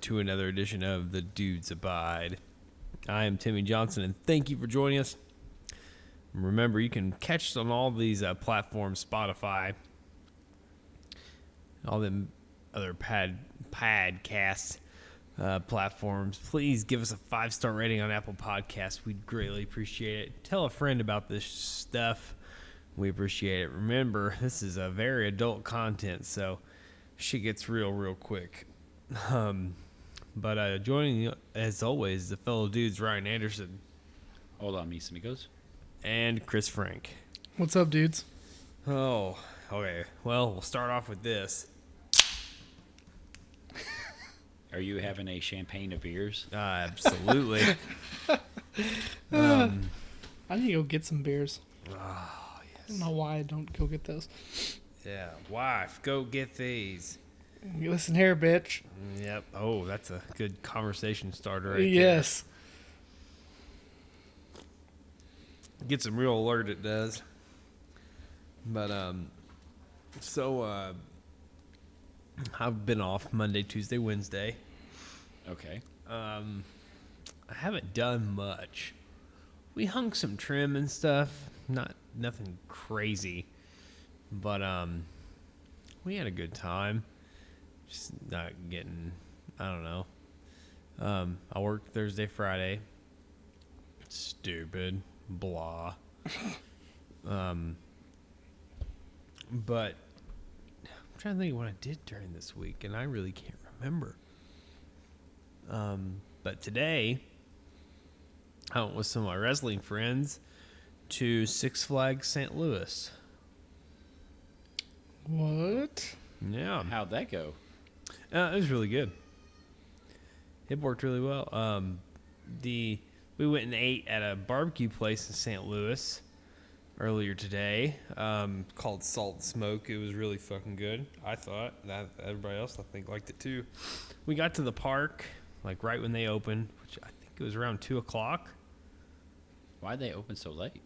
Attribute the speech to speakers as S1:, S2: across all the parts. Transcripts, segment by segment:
S1: to another edition of The Dudes Abide. I am Timmy Johnson, and thank you for joining us. Remember, you can catch us on all these uh, platforms Spotify, all them other pad podcast uh, platforms. Please give us a five star rating on Apple Podcasts. We'd greatly appreciate it. Tell a friend about this stuff. We appreciate it. Remember, this is a very adult content, so shit gets real real quick. Um, but uh, joining you, as always the fellow dudes Ryan Anderson
S2: Hola, mis amigos.
S1: and Chris Frank.
S3: What's up, dudes?
S1: Oh, okay. Well, we'll start off with this.
S2: Are you having a champagne of beers?
S1: Uh, absolutely.
S3: I need to go get some beers.
S1: Ah,
S3: I don't know why I don't go get those.
S1: yeah, wife, go get these.
S3: You Listen here, bitch.
S1: Yep. Oh, that's a good conversation starter. Right
S3: yes.
S1: there. Gets them real alert. It does. But um, so uh, I've been off Monday, Tuesday, Wednesday.
S2: Okay.
S1: I haven't done much. We hung some trim and stuff. Not nothing crazy, but um, we had a good time. Just not getting, I don't know. Um, I worked Thursday, Friday. Stupid, blah. um, but I'm trying to think of what I did during this week, and I really can't remember. Um, but today, I went with some of my wrestling friends to Six Flags St. Louis.
S3: What?
S1: Yeah,
S2: How'd that go?
S1: uh, it was really good. It worked really well. Um, the we went and ate at a barbecue place in St. Louis earlier today um, called Salt and Smoke. It was really fucking good. I thought that everybody else I think liked it too. We got to the park like right when they opened, which I think it was around two o'clock.
S2: Why'd they open so late?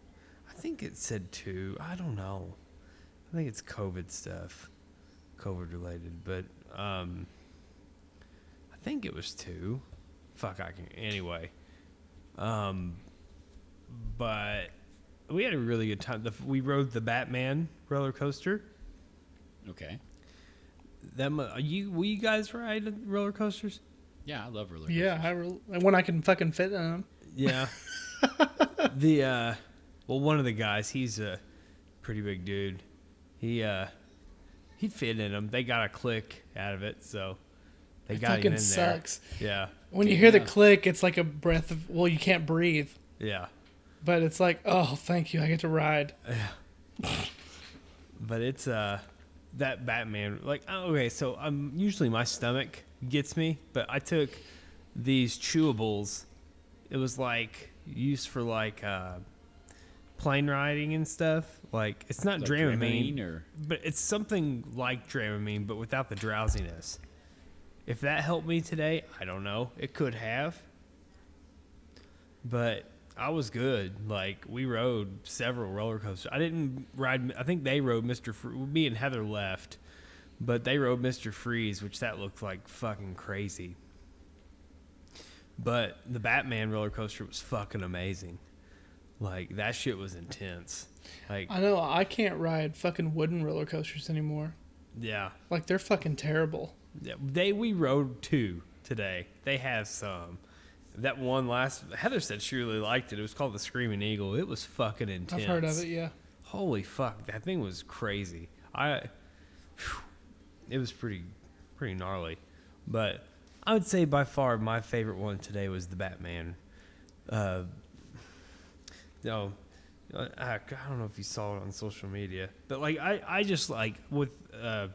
S1: I think it said two. I don't know. I think it's COVID stuff, COVID related. But um, I think it was two. Fuck, I can anyway. Um, but we had a really good time. The, we rode the Batman roller coaster.
S2: Okay.
S1: That mu- are you will you guys ride roller coasters?
S2: Yeah, I love roller
S3: Yeah, I re- when I can fucking fit in them.
S1: Yeah. the uh well one of the guys, he's a pretty big dude. He uh he fit in them. They got a click out of it, so they
S3: It
S1: got him
S3: fucking
S1: in
S3: sucks.
S1: there.
S3: When you hear the
S2: Yeah.
S3: click, it's like a breath of well, you can't breathe,
S1: Yeah. Yeah.
S3: but it's like, oh, thank you, I get to ride.
S1: But it's uh that Batman like oh, okay, so I'm usually my stomach gets me, but I took these chewables. It was like used for like uh plane riding and stuff. Like it's not
S2: Like
S1: Dramamine,
S2: Dramamine or-
S1: but it's something like Dramamine, but without the drowsiness. If that helped me today, I don't know. It could have, but I was good. Like we rode several roller coasters. I didn't ride. I think they rode Mister. Fr- me and Heather left, but they rode Mister. Freeze, which that looked like fucking crazy. But the Batman roller coaster was fucking amazing. Like that shit was intense. Like
S3: I know I can't ride fucking wooden roller coasters anymore.
S1: yeah,
S3: Like they're fucking terrible.
S1: Yeah, they we rode two today. They have some. That one last Heather said she really liked it. It was called the Screaming Eagle. It was fucking intense.
S3: I've heard of it, yeah.
S1: Holy fuck, that thing was crazy. I phew, it was pretty pretty gnarly. But I would say by far my favorite one today was the Batman. Uh no I, I uh, I don't know if you saw it on social media, but like I, I just like with uh,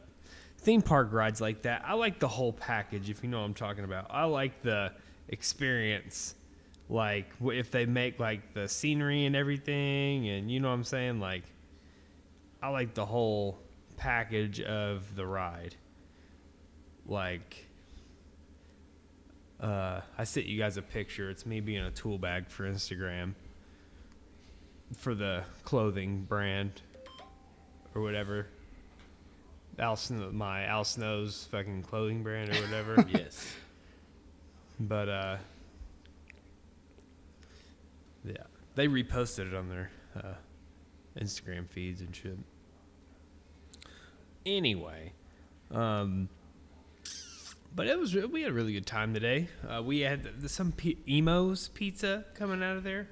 S1: theme park rides like that. I like the whole package, if you know what I'm talking about. I like the experience like w- if they make like the scenery and everything and you know what i'm saying like i like the whole package of the ride like uh i sent you guys a picture it's me being a tool bag for instagram for the clothing brand or whatever Al Snow, my Al Snow's fucking clothing brand or whatever.
S2: coaster. Yes.
S1: But uh, yeah, they reposted it on their uh, Instagram feeds and shit. Anyway, um, but it was re- we had a really good time today. Uh, we had th- some p- emos pizza coming out of there.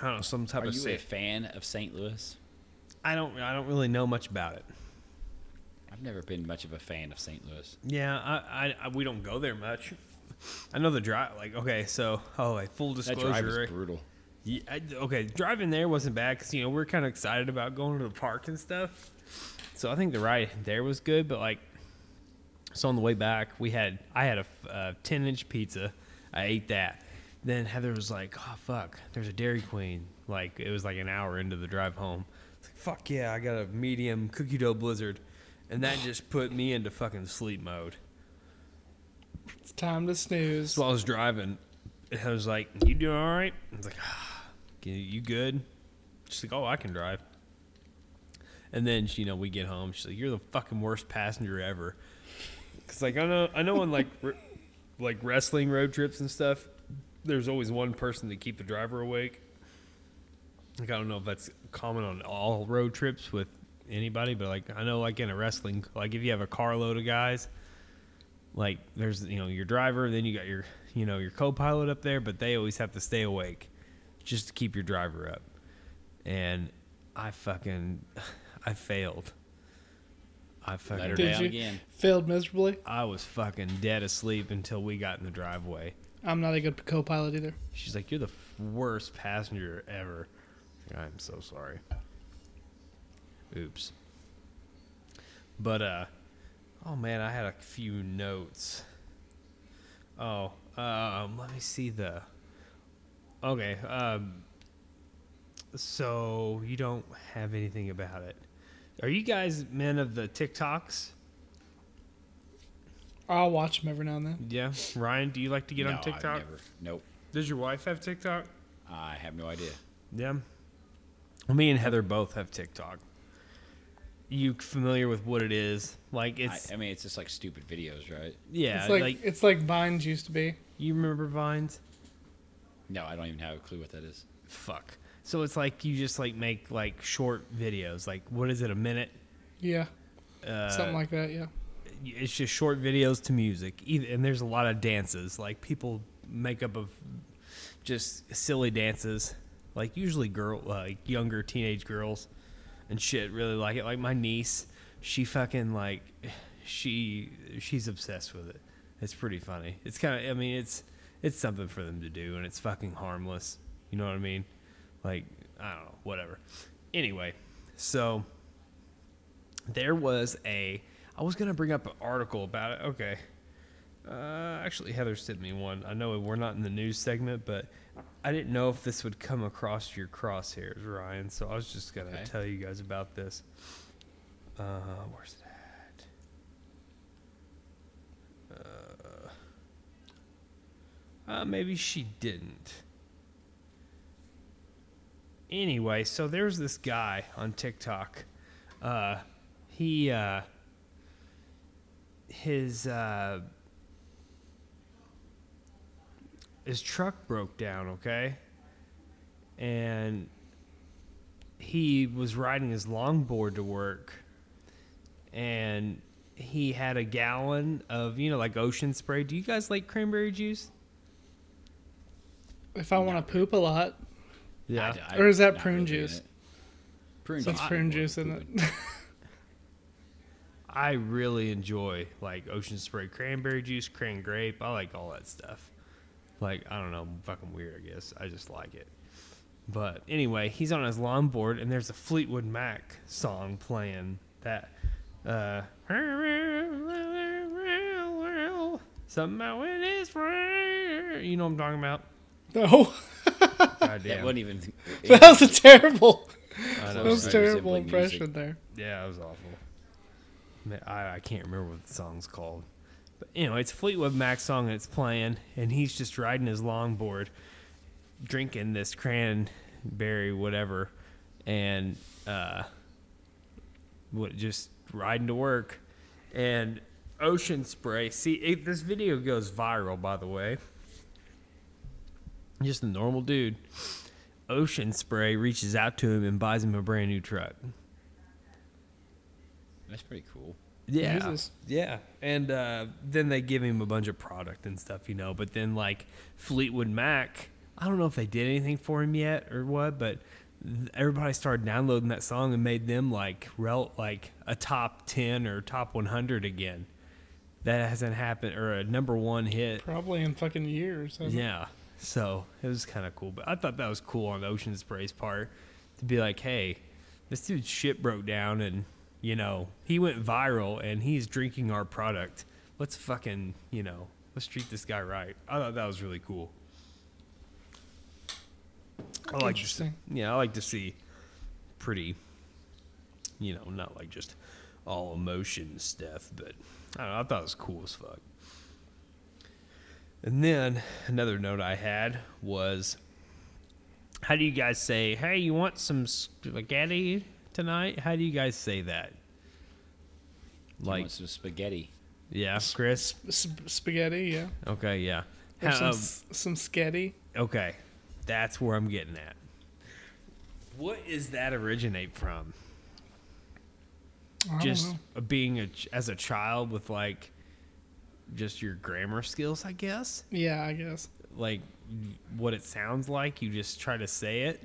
S1: I don't know some type
S2: Are
S1: of.
S2: you a
S1: safe.
S2: fan of St. Louis?
S1: I don't. I don't really know much about it.
S2: I've never been much of a fan of St. Louis.
S1: Yeah, I, I, I we don't go there much. I know the drive. Like, okay, so oh, like full
S2: That drive
S1: disclosure.
S2: is brutal.
S1: yeah, I- okay, driving there wasn't bad because you know we are kind of excited about going to the park and stuff. So I think the ride there was good, but like, so on the way back we had I had a ten inch pizza. I ate that. Then Heather was like, "Oh fuck, there's a Dairy Queen." Like it was like an hour into the drive home. It's like fuck yeah, I got a medium cookie dough blizzard, and that just put me into fucking sleep mode.
S3: It's time to snooze.
S1: So I was driving, and I was like, "You doing all right?" I was like, ah, "You- "You good?" She's like, "Oh, I can drive." And then she- you know we get home. She's like, "You're the fucking worst passenger ever." Cause like I know I know on like r- like wrestling road trips and stuff, there's always one person to keep the driver awake. Like I don't know if that's common on all road trips with anybody, but like I know like in a wrestling like if you have a carload of guys, like there's you know your driver then you got your you know your co-pilot up there but they always have to stay awake just to keep your driver up and i fucking i failed i
S2: Let her
S1: fucking
S3: Did
S2: down
S3: you-
S2: again.
S3: Failed miserably.
S1: i was fucking dead asleep until we got in the driveway
S3: I'm not a good co-pilot either.
S1: she's like you're the f- worst passenger ever i'm so sorry oops but uh oh man i had a few notes oh um let me see the okay um so you don't have anything about it are you guys men of the tiktoks
S3: I'll watch them every now and then.
S1: yeah ryan do you like to get
S2: No,
S1: on
S2: I've
S1: tiktok
S2: never- nope.
S1: does your wife have tiktok
S2: I have no idea.
S1: Yeah. Well, me and Heather both have TikTok. You familiar with what it is? Like
S2: I,
S1: it's
S2: I mean, it's just like stupid videos, right?
S1: yeah,
S3: it's
S1: like,
S3: like, it's like Vines used to be.
S1: you remember Vines?
S2: No, I don't even have a clue what that is.
S1: Fuck. So it's like you just like make like short videos. Like what is it? A minute?
S3: Yeah,
S1: Uh,
S3: something like that. Yeah,
S1: it's just short videos to music. Either, and there's a lot of dances. Like people make up of just silly dances. Like usually girl, like younger teenage girls and shit really like it. Like my niece, she fucking like she she's obsessed with it. It's pretty funny. It's kind of I mean it's it's something for them to do and it's fucking harmless. You know what I mean? Like I don't know, whatever. Anyway, so there was a i was going to bring up an article about it okay uh, actually heather sent me one i know we're not in the news segment but i didn't know if this would come across your crosshairs ryan so i was just going to
S2: Okay.
S1: tell you guys about this uh, where's it at Uh, maybe she didn't. Anyway, so there's this guy on TikTok. Uh, he, uh, his, uh, his truck broke down, okay? And he was riding his longboard to work. And he had a gallon of, you know, like ocean spray. Do you guys like cranberry juice?
S3: if I want to poop a lot,
S1: Yeah.
S2: I- I-
S3: Or is that
S2: not
S3: prune
S2: really in
S3: juice?
S2: it. Prune
S3: so it's
S2: juice.
S3: prune juice, isn't it?
S1: I really enjoy like ocean spray cranberry juice, cran grape. I like all that stuff. Like I don't know, fucking weird. I guess I just like it. But anyway, he's on his longboard, and there's a Fleetwood Mac song playing that. Uh, somehow it is. right. You know what I'm talking about?
S3: no,
S2: That
S1: Goddamn.
S2: wasn't even.
S3: that was a terrible,
S1: I
S3: that
S1: know,
S3: was a
S1: right?
S3: terrible
S2: Resembling music.
S3: impression there.
S1: Yeah, it was awful. Ma- I, I can't remember what the song's called. But anyway, it's a Fleetwood Mac song and it's playing, and he's just riding his longboard, drinking this cranberry whatever, and uh, what just riding to work, and ocean spray. See, it, this video goes viral, by the way. Just a normal dude. Ocean spray reaches out to him and buys him a brand new truck.
S2: That's pretty cool.
S1: Yeah.
S3: Jesus.
S1: Yeah. And uh, then they give him a bunch of product and stuff, you know. But then, like, Fleetwood Mac, I don't know if they did anything for him yet or what, but th- everybody started downloading that song and made them, like, rel- like a top 10 or top 100 again. That hasn't happened, or a number one hit.
S3: Probably in fucking years. hasn't it?
S1: Yeah. So it was kind of cool. But I thought that was cool on Ocean Spray's part to be like, hey, this dude's shit broke down and, you know, he went viral and he's drinking our product. Let's fucking, you know, let's treat this guy right. I thought that was really cool. I like to see,
S3: Interesting.
S1: yeah, I like to see pretty, you know, not like just all emotion stuff, but I don't know, I thought it was cool as fuck. And then another note I had was how do you guys say, hey, you want some spaghetti tonight? How do you guys say that?
S2: Like
S1: Like,
S2: some spaghetti.
S1: yeah, Chris?
S3: Sp- spaghetti, yeah.
S1: Okay, yeah.
S3: Or
S1: How-
S3: some,
S1: um,
S3: s- some sketty.
S1: okay, that's where I'm getting at. What does that originate from?
S3: I
S1: just
S3: don't know.
S1: being a, ch- as a child with like just your grammar skills, I guess.
S3: Yeah, I guess.
S1: Like what it sounds like, you just try to say it.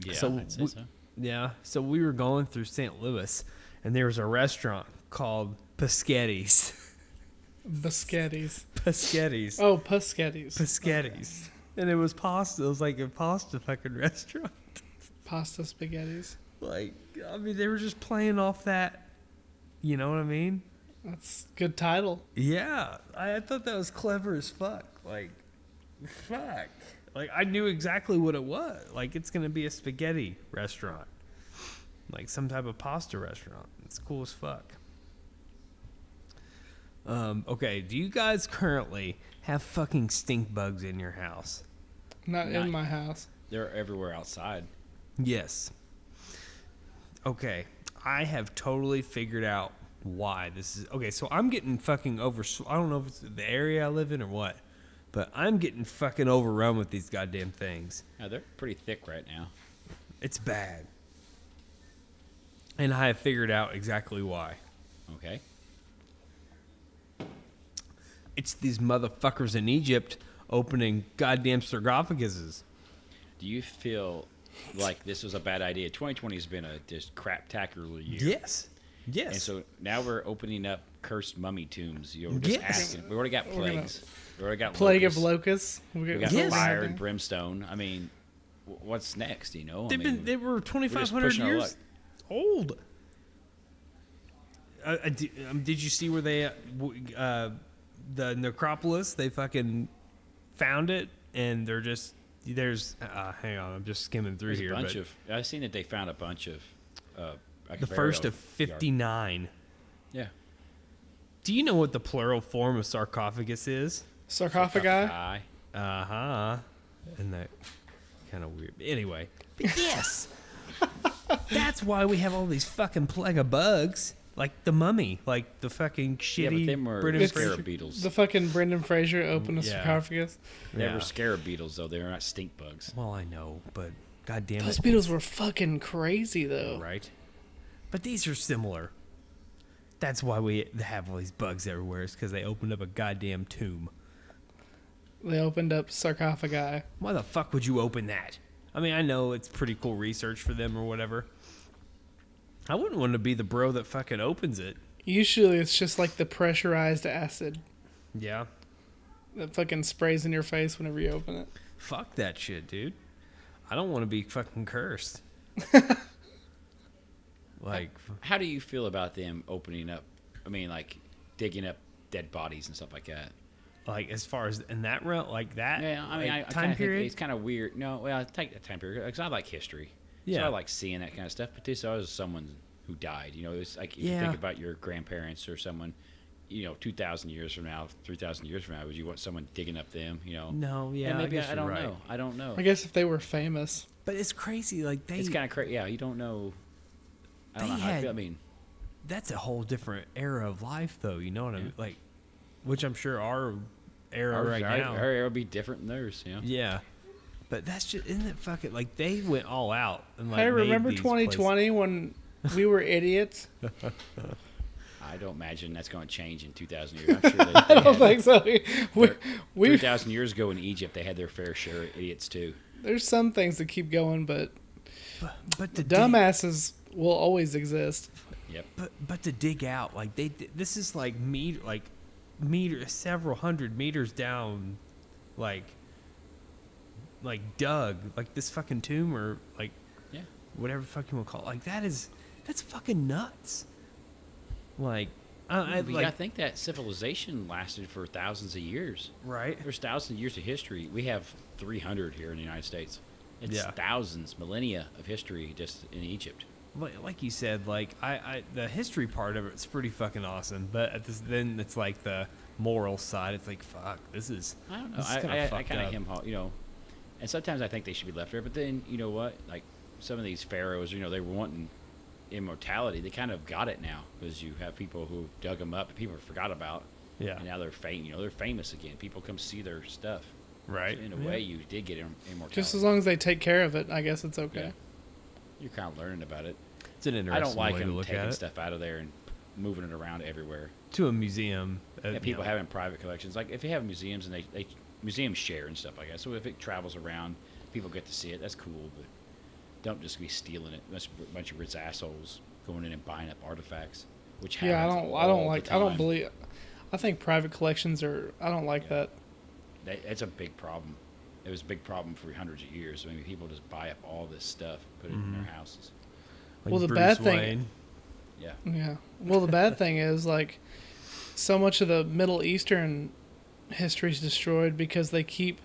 S2: Yeah,
S1: So
S2: I'd say
S1: we-
S2: so.
S1: Yeah. So we were going through St. Louis, and there was a restaurant called Paschetti's.
S3: Biscettis.
S1: Paschetti's.
S3: Oh, Puscettis.
S1: Paschetti's. And it was pasta. It was like a pasta fucking restaurant.
S3: Pasta spaghettis.
S1: Like, I mean, they were just playing off that. You know what I mean?
S3: That's good title.
S1: Yeah, I, I thought that was clever as fuck. Like, fuck. Like I knew exactly what it was. Like it's gonna be a spaghetti restaurant, like some type of pasta restaurant. It's cool as fuck. Um, okay, do you guys currently have fucking stink bugs in your house?
S3: Not
S2: Nice.
S3: in my house.
S2: They're everywhere outside.
S1: Yes. Okay, I have totally figured out why this is. Okay, so I'm getting fucking over. I don't know if it's the area I live in or what, but I'm getting fucking overrun with these goddamn things.
S2: Yeah, they're pretty thick right now.
S1: It's bad. And I have figured out exactly why.
S2: Okay.
S1: It's these motherfuckers in Egypt opening goddamn sarcophaguses.
S2: Do you feel like this was a bad idea? 2020 has been a just crap tacular year.
S1: Yes. Yes.
S2: And so now we're opening up cursed mummy tombs. You know, we're just
S1: Yes.
S2: asking. We already got
S3: We're gonna-
S2: plagues. We already got
S3: Plague
S2: locusts.
S3: of locusts. We
S2: We
S3: got,
S2: got
S1: Yes.
S2: fire and brimstone. I mean, wh- what's next? You know,
S1: They've
S2: I
S1: been
S2: mean,
S1: they were twenty five hundred
S2: pushing our
S1: years
S2: luck.
S1: old. Uh, uh, di- um, did you see where they uh, w- uh, the necropolis? They fucking found it, and they're just there's. Uh, hang on, I'm just skimming through
S2: there's
S1: here.
S2: a bunch
S1: but
S2: of. I've seen that they found a bunch of. Uh, like
S1: the
S2: a
S1: first of
S2: burial
S1: fifty
S2: yard.
S1: nine.
S2: Yeah.
S1: Do you know what the plural form of sarcophagus is?
S3: sarcophagi.
S2: Sarcophagi.
S1: Uh huh. And that kind of weird. Anyway, but yes, that's why we have all these fucking plague of bugs, like the mummy, like the fucking shitty.
S2: Yeah, but them were
S1: Brendan
S3: It's-
S2: scarab
S1: Fraser-
S2: beetles.
S3: The fucking Brendan Fraser opened a
S1: Yeah.
S3: sarcophagus.
S2: They
S1: Yeah.
S2: were scarab beetles, though. They were not stink bugs.
S1: Well, I know, but goddamn
S3: Those
S1: it,
S3: beetles were fucking crazy though.
S1: right? But these are similar. That's why we have all these bugs everywhere. Is because they opened up a goddamn tomb.
S3: They opened up sarcophagi.
S1: Why the fuck would you open that? I mean, I know it's pretty cool research for them or whatever. I wouldn't want to be the bro that fucking opens it.
S3: Usually it's just like the pressurized acid
S1: Yeah.
S3: that fucking sprays in your face whenever you open it.
S1: Fuck that shit, dude. I don't want to be fucking cursed. like,
S2: How do you feel about them opening up? I mean, like digging up dead bodies and stuff like that.
S1: like as far as in that realm, like that
S2: Yeah, I mean,
S1: like,
S2: I, I
S1: time
S2: kinda
S1: period.
S2: Think it's kind of weird. No, well, I take the time period because I like history.
S1: Yeah.
S2: So I like seeing that kind of stuff. But this I was someone who died. You know, it's like if you
S1: Yeah.
S2: think about your grandparents or someone, you know, two thousand years from now, three thousand years from now, would you want someone digging up them? You know?
S1: No, yeah,
S2: And
S1: I
S2: maybe
S1: guess
S2: I,
S1: you're
S2: don't
S1: right.
S2: know. I don't know.
S3: I guess if they were famous.
S1: but it's crazy. Like they,
S2: it's kind of crazy. Yeah, you don't know. I don't
S1: They
S2: know how I
S1: had-
S2: feel. I mean,
S1: that's a whole different era of life, though. You know what I
S2: Yeah.
S1: mean? Like, which I'm sure our era
S2: Ours-
S1: right
S2: our,
S1: now.
S2: Her will be different than theirs, you know?
S1: Yeah. But that's just isn't it fucking like they went all out and like
S3: I
S1: made
S3: remember
S1: these
S3: 2020
S1: places.
S3: when we were idiots.
S2: I don't imagine that's going to change in 2,000 years. I'm sure they, they
S3: I don't
S2: had-
S3: think so. We, we, we
S2: 3,000 years ago in Egypt, they had their fair share of idiots, too.
S3: there's some things that keep going, but
S1: But to dig-
S3: dumbasses will always exist.
S2: Yep.
S1: but but to dig out like they di- this is like meter like meter several hundred meters down, like like dug like this fucking tomb or like
S2: Yeah.
S1: whatever the fuck you want to call it. like that is that's fucking nuts. Like I, I
S2: But you
S1: like
S2: gotta think that civilization lasted for thousands of years.
S1: right
S2: There's thousands of years of history. We have 300 here in the United States. It's
S1: Yeah.
S2: thousands, millennia of history just in Egypt.
S1: like, like you said, like I, I, the history part of it's pretty fucking awesome. But at this, then it's like the moral side. It's like fuck, this is.
S2: I don't know.
S1: This is
S2: I,
S1: kinda
S2: I, I
S1: fucked
S2: kind
S1: up.
S2: of him, you know. And sometimes I think they should be left there, but then you know what? Like some of these pharaohs, you know, they were wanting immortality. They kind of got it now because you have people who dug them up, people forgot about,
S1: Yeah.
S2: and now they're fame. You know, they're famous again. People come see their stuff.
S1: Right.
S2: So in a
S1: Yeah.
S2: way, you did get im- immortality.
S3: Just as long as they take care of it, I guess it's okay.
S2: Yeah. You're kind of learning about it.
S1: It's an
S2: I
S1: interesting
S2: don't like
S1: way to
S2: them
S1: look at
S2: taking
S1: it.
S2: stuff out of there and moving it around everywhere.
S1: To a museum. uh,
S2: Yeah,
S1: you
S2: people
S1: know.
S2: having private collections. Like if you have museums and they, they museums share and stuff like that. So if it travels around, people get to see it. That's cool, but don't just be stealing it. That's a bunch of rich assholes going in and buying up artifacts. Which happens
S3: Yeah, I don't. I
S2: all
S3: don't
S2: the
S3: like. I don't
S2: time.
S3: believe. I think private collections are. I don't like
S2: Yeah.
S3: that.
S2: That, that's a big problem. It was a big problem for hundreds of years. I mean, people just buy up all this stuff, put it in
S3: Mm-hmm.
S2: their houses.
S1: Like
S3: Well, the
S1: Bruce
S3: bad thing-
S1: Wayne.
S2: Yeah,
S3: Yeah. Well, the bad thing is like, so much of the Middle Eastern history is destroyed because they keep.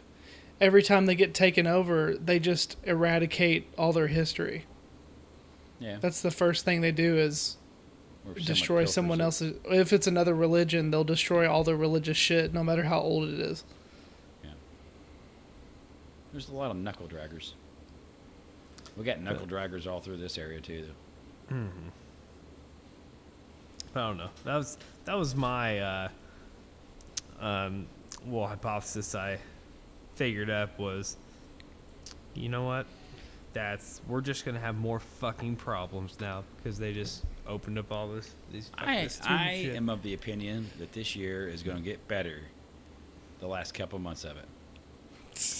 S3: Every time they get taken over, they just eradicate all their history.
S2: yeah.
S3: That's the first thing they do is
S2: Or someone
S3: destroy
S2: pilfers
S3: someone
S2: it.
S3: else's. If it's another religion, they'll destroy all their religious shit, no matter how old it is.
S2: There's a lot of knuckle draggers. We got knuckle draggers all through this area too. Though.
S1: I don't know. That was that was my uh, um, well hypothesis I figured up was, you know what? That's we're just gonna have more fucking problems now because they just opened up all this. These fuck
S2: I,
S1: this stupid
S2: I
S1: shit.
S2: am of the opinion that this year is going to get better. The last couple months of it,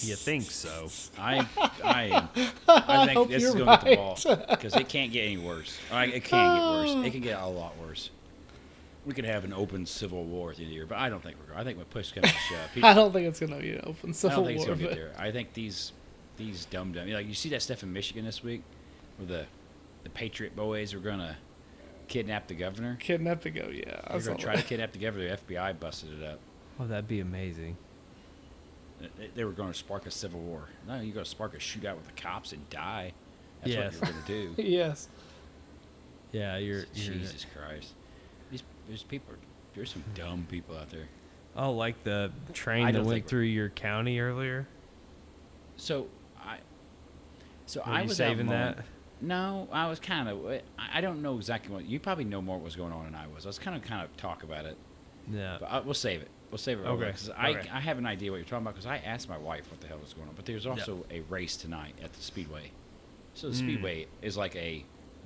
S1: You think so?
S2: I I am. I think
S3: hope
S2: this is
S3: you're
S2: going to get the ball because it can't get any worse. I, it can't get worse. It can get a lot worse. We could have an open civil war at the end of the year, but I don't think we're. going I think when push comes to shove, people,
S3: I don't think it's gonna be an open
S2: I don't
S3: civil
S2: think it's
S3: war.
S2: gonna get
S3: but-
S2: there. I think these these dumb dumb like you see that stuff in Michigan this week where the the Patriot boys were gonna kidnap the governor.
S3: Kidnap to go. oh Yeah. I
S2: They're
S3: saw
S2: gonna try
S3: that.
S2: to kidnap the governor. The FBI busted it up.
S1: Oh, that'd be amazing.
S2: They- They were going to spark a civil war. No, you're going to spark a shootout with the cops and die. That's
S1: Yes.
S2: what you're going to do.
S3: yes.
S1: Yeah, you're. you're
S2: Jesus Christ, these there's people. Are, there's some dumb people out there.
S1: Oh, like the train
S2: I
S1: that
S2: don't
S1: went
S2: think-
S1: through your county earlier.
S2: So I, so
S1: Were
S2: I
S1: you
S2: was
S1: saving
S2: out mowing-
S1: that?
S2: No, I was kind of. I I don't know exactly what. You probably know more what was going on than I was. I was kind of kind of talk about it,
S1: Yeah.
S2: but I, we'll save it. We'll save it.
S1: Okay,
S2: Because I
S1: okay.
S2: I have an idea what you're talking about because I asked my wife what the hell was going on. But there's also a race tonight at the speedway. So
S1: Hmm.
S2: the speedway is like a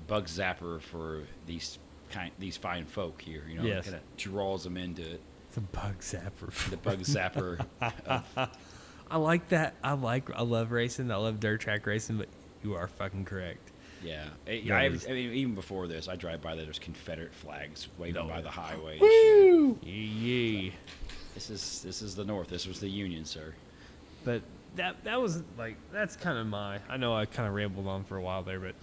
S2: bug zapper for these kind these fine folk here. You know,
S1: Yes.
S2: kind of draws them into it.
S1: It's a bug zapper.
S2: The bug zapper.
S1: I like that. I like. I love racing. I love dirt track racing. But you are fucking correct.
S2: Yeah, It-
S1: That
S2: I,
S1: is-
S2: I mean, even before this, I drive by there. There's Confederate flags waving by the highway. and shit.
S3: Woo!
S1: Yeah.
S2: This is this is the North. This was the Union, sir.
S1: But that that was like that's kind of my. I know I kind of rambled on for a while there, but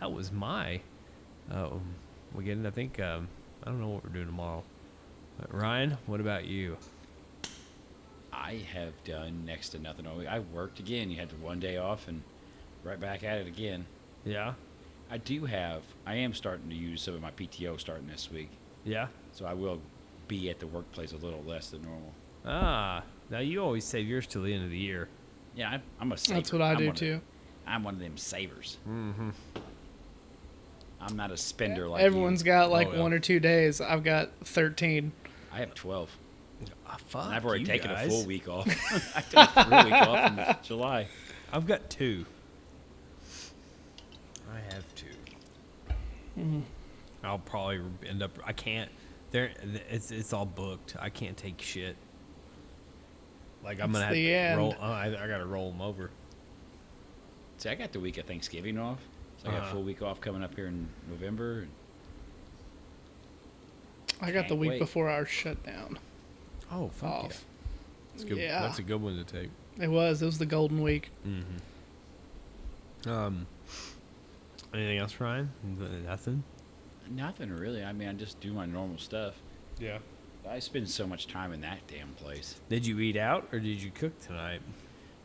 S1: that was my. Oh, we getting. I think. Um, I don't know what we're doing tomorrow. But Ryan, what about you?
S2: I have done next to nothing all week. I worked again. You had the one day off, and right back at it again.
S1: Yeah.
S2: I do have. I am starting to use some of my PTO starting this week,
S1: Yeah.
S2: so I will be at the workplace a little less than normal.
S1: Ah. Now you always save yours till the end of the year.
S2: Yeah, I'm, I'm a saver.
S3: That's what I
S2: I'm
S3: do
S2: one of-
S3: too.
S2: I'm one of them savers. Mm-hmm. I'm not a spender like
S3: Everyone's
S2: you.
S3: got like
S1: Oh, yeah.
S3: one or two days. I've got 13.
S2: I have 12.
S1: Ah, fuck
S2: and I've already
S1: you
S2: taken
S1: guys.
S2: a full week off. I took a full week off in July.
S1: I've got two. I have 2 i Hmm. I'll probably end up. I can't. There, it's it's all booked. I can't take shit. Like I'm
S3: It's
S1: gonna have
S3: the
S1: to
S3: end.
S1: roll. uh, I, I gotta roll them over.
S2: See, I got the week of Thanksgiving off. So I got a
S1: Uh-huh.
S2: full week off coming up here in November.
S3: I got the
S2: Can't
S3: week
S2: wait.
S3: before our shutdown
S1: Oh fuck
S3: off.
S1: That's, good.
S3: Yeah.
S1: That's a good one to take.
S3: It was. It was the golden week.
S1: Um. Anything else, Ryan? Nothing.
S2: Nothing really. I mean, I just do my normal stuff.
S1: Yeah.
S2: I spend so much time in that damn place.
S1: Did you eat out or did you cook tonight?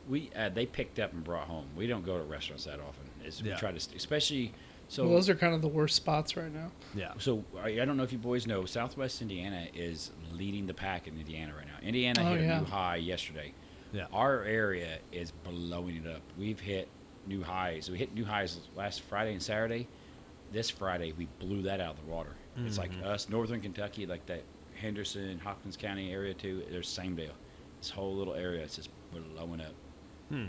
S2: We uh, they picked up and brought home. We don't go to restaurants that often. It's,
S1: Yeah.
S2: We try to, st- especially so.
S3: Well, those are kind of the worst spots right now.
S1: Yeah.
S2: So I I don't know if you boys know, Southwest Indiana is leading the pack in Indiana right now. Indiana
S3: Oh,
S2: hit
S3: yeah.
S2: a new high yesterday.
S1: Yeah.
S2: Our area is blowing it up. We've hit new highs. We hit new highs last Friday and Saturday. This Friday we blew that out of the water. It's like
S1: Mm-hmm.
S2: us, Northern Kentucky, like that Henderson, Hopkins County area too. They're same deal. This whole little area is just blowing up.
S1: Hmm.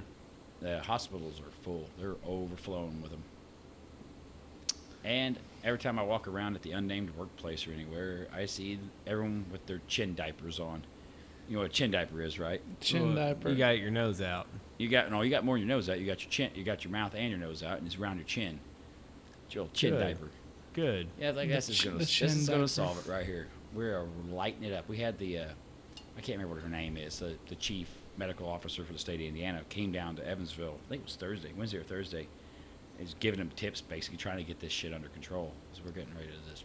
S2: The hospitals are full. They're overflowing with them. And every time I walk around at the unnamed workplace or anywhere, I see everyone with their chin diapers on. You know what a chin diaper is, right?
S3: Chin
S1: Well,
S3: diaper.
S1: You got your nose out.
S2: You got no, you got more than your nose out. You got your chin, you got your mouth and your nose out, and it's around your chin. It's your old chin
S1: Good.
S2: diaper.
S1: Good.
S2: Yeah, I
S3: The
S2: guess it's
S3: chi-
S2: gonna,
S3: the
S2: this
S3: chin
S2: is gonna
S3: diaper.
S2: solve it right here. We're lighting it up. We had the, uh, I can't remember what her name is, the, the chief medical officer for the state of Indiana came down to Evansville. I think it was Thursday, Wednesday or Thursday. Is giving them tips, basically trying to get this shit under control. So we're getting ready to this.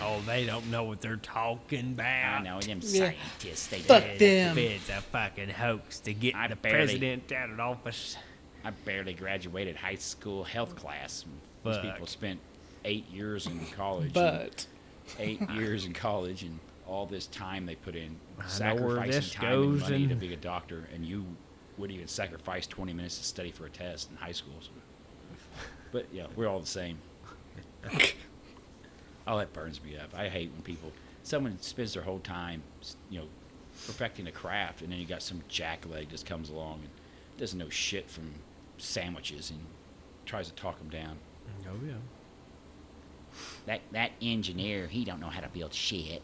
S1: Oh, they don't know what they're talking about.
S2: I know them
S3: Ah. Yeah.
S2: scientists. They
S3: Fuck
S2: did it.
S3: them.
S1: It's a fucking hoax to get
S2: I
S1: the
S2: barely-
S1: president out of office.
S2: I barely graduated high school health class. These
S1: Fuck.
S2: people spent eight years in college. and-
S3: But
S2: eight years in college and all this time they put in
S1: I know where
S2: sacrificing
S1: this
S2: time and
S1: goes
S2: money to
S1: and-
S2: be a doctor and you would even sacrifice 20 minutes to study for a test in high school so- but yeah we're all the same oh that burns me up i hate when people someone spends their whole time s- you know perfecting a craft and then you got some jackleg just comes along and doesn't know shit from sandwiches and tries to talk them down
S1: Oh yeah.
S2: that that engineer he don't know how to build shit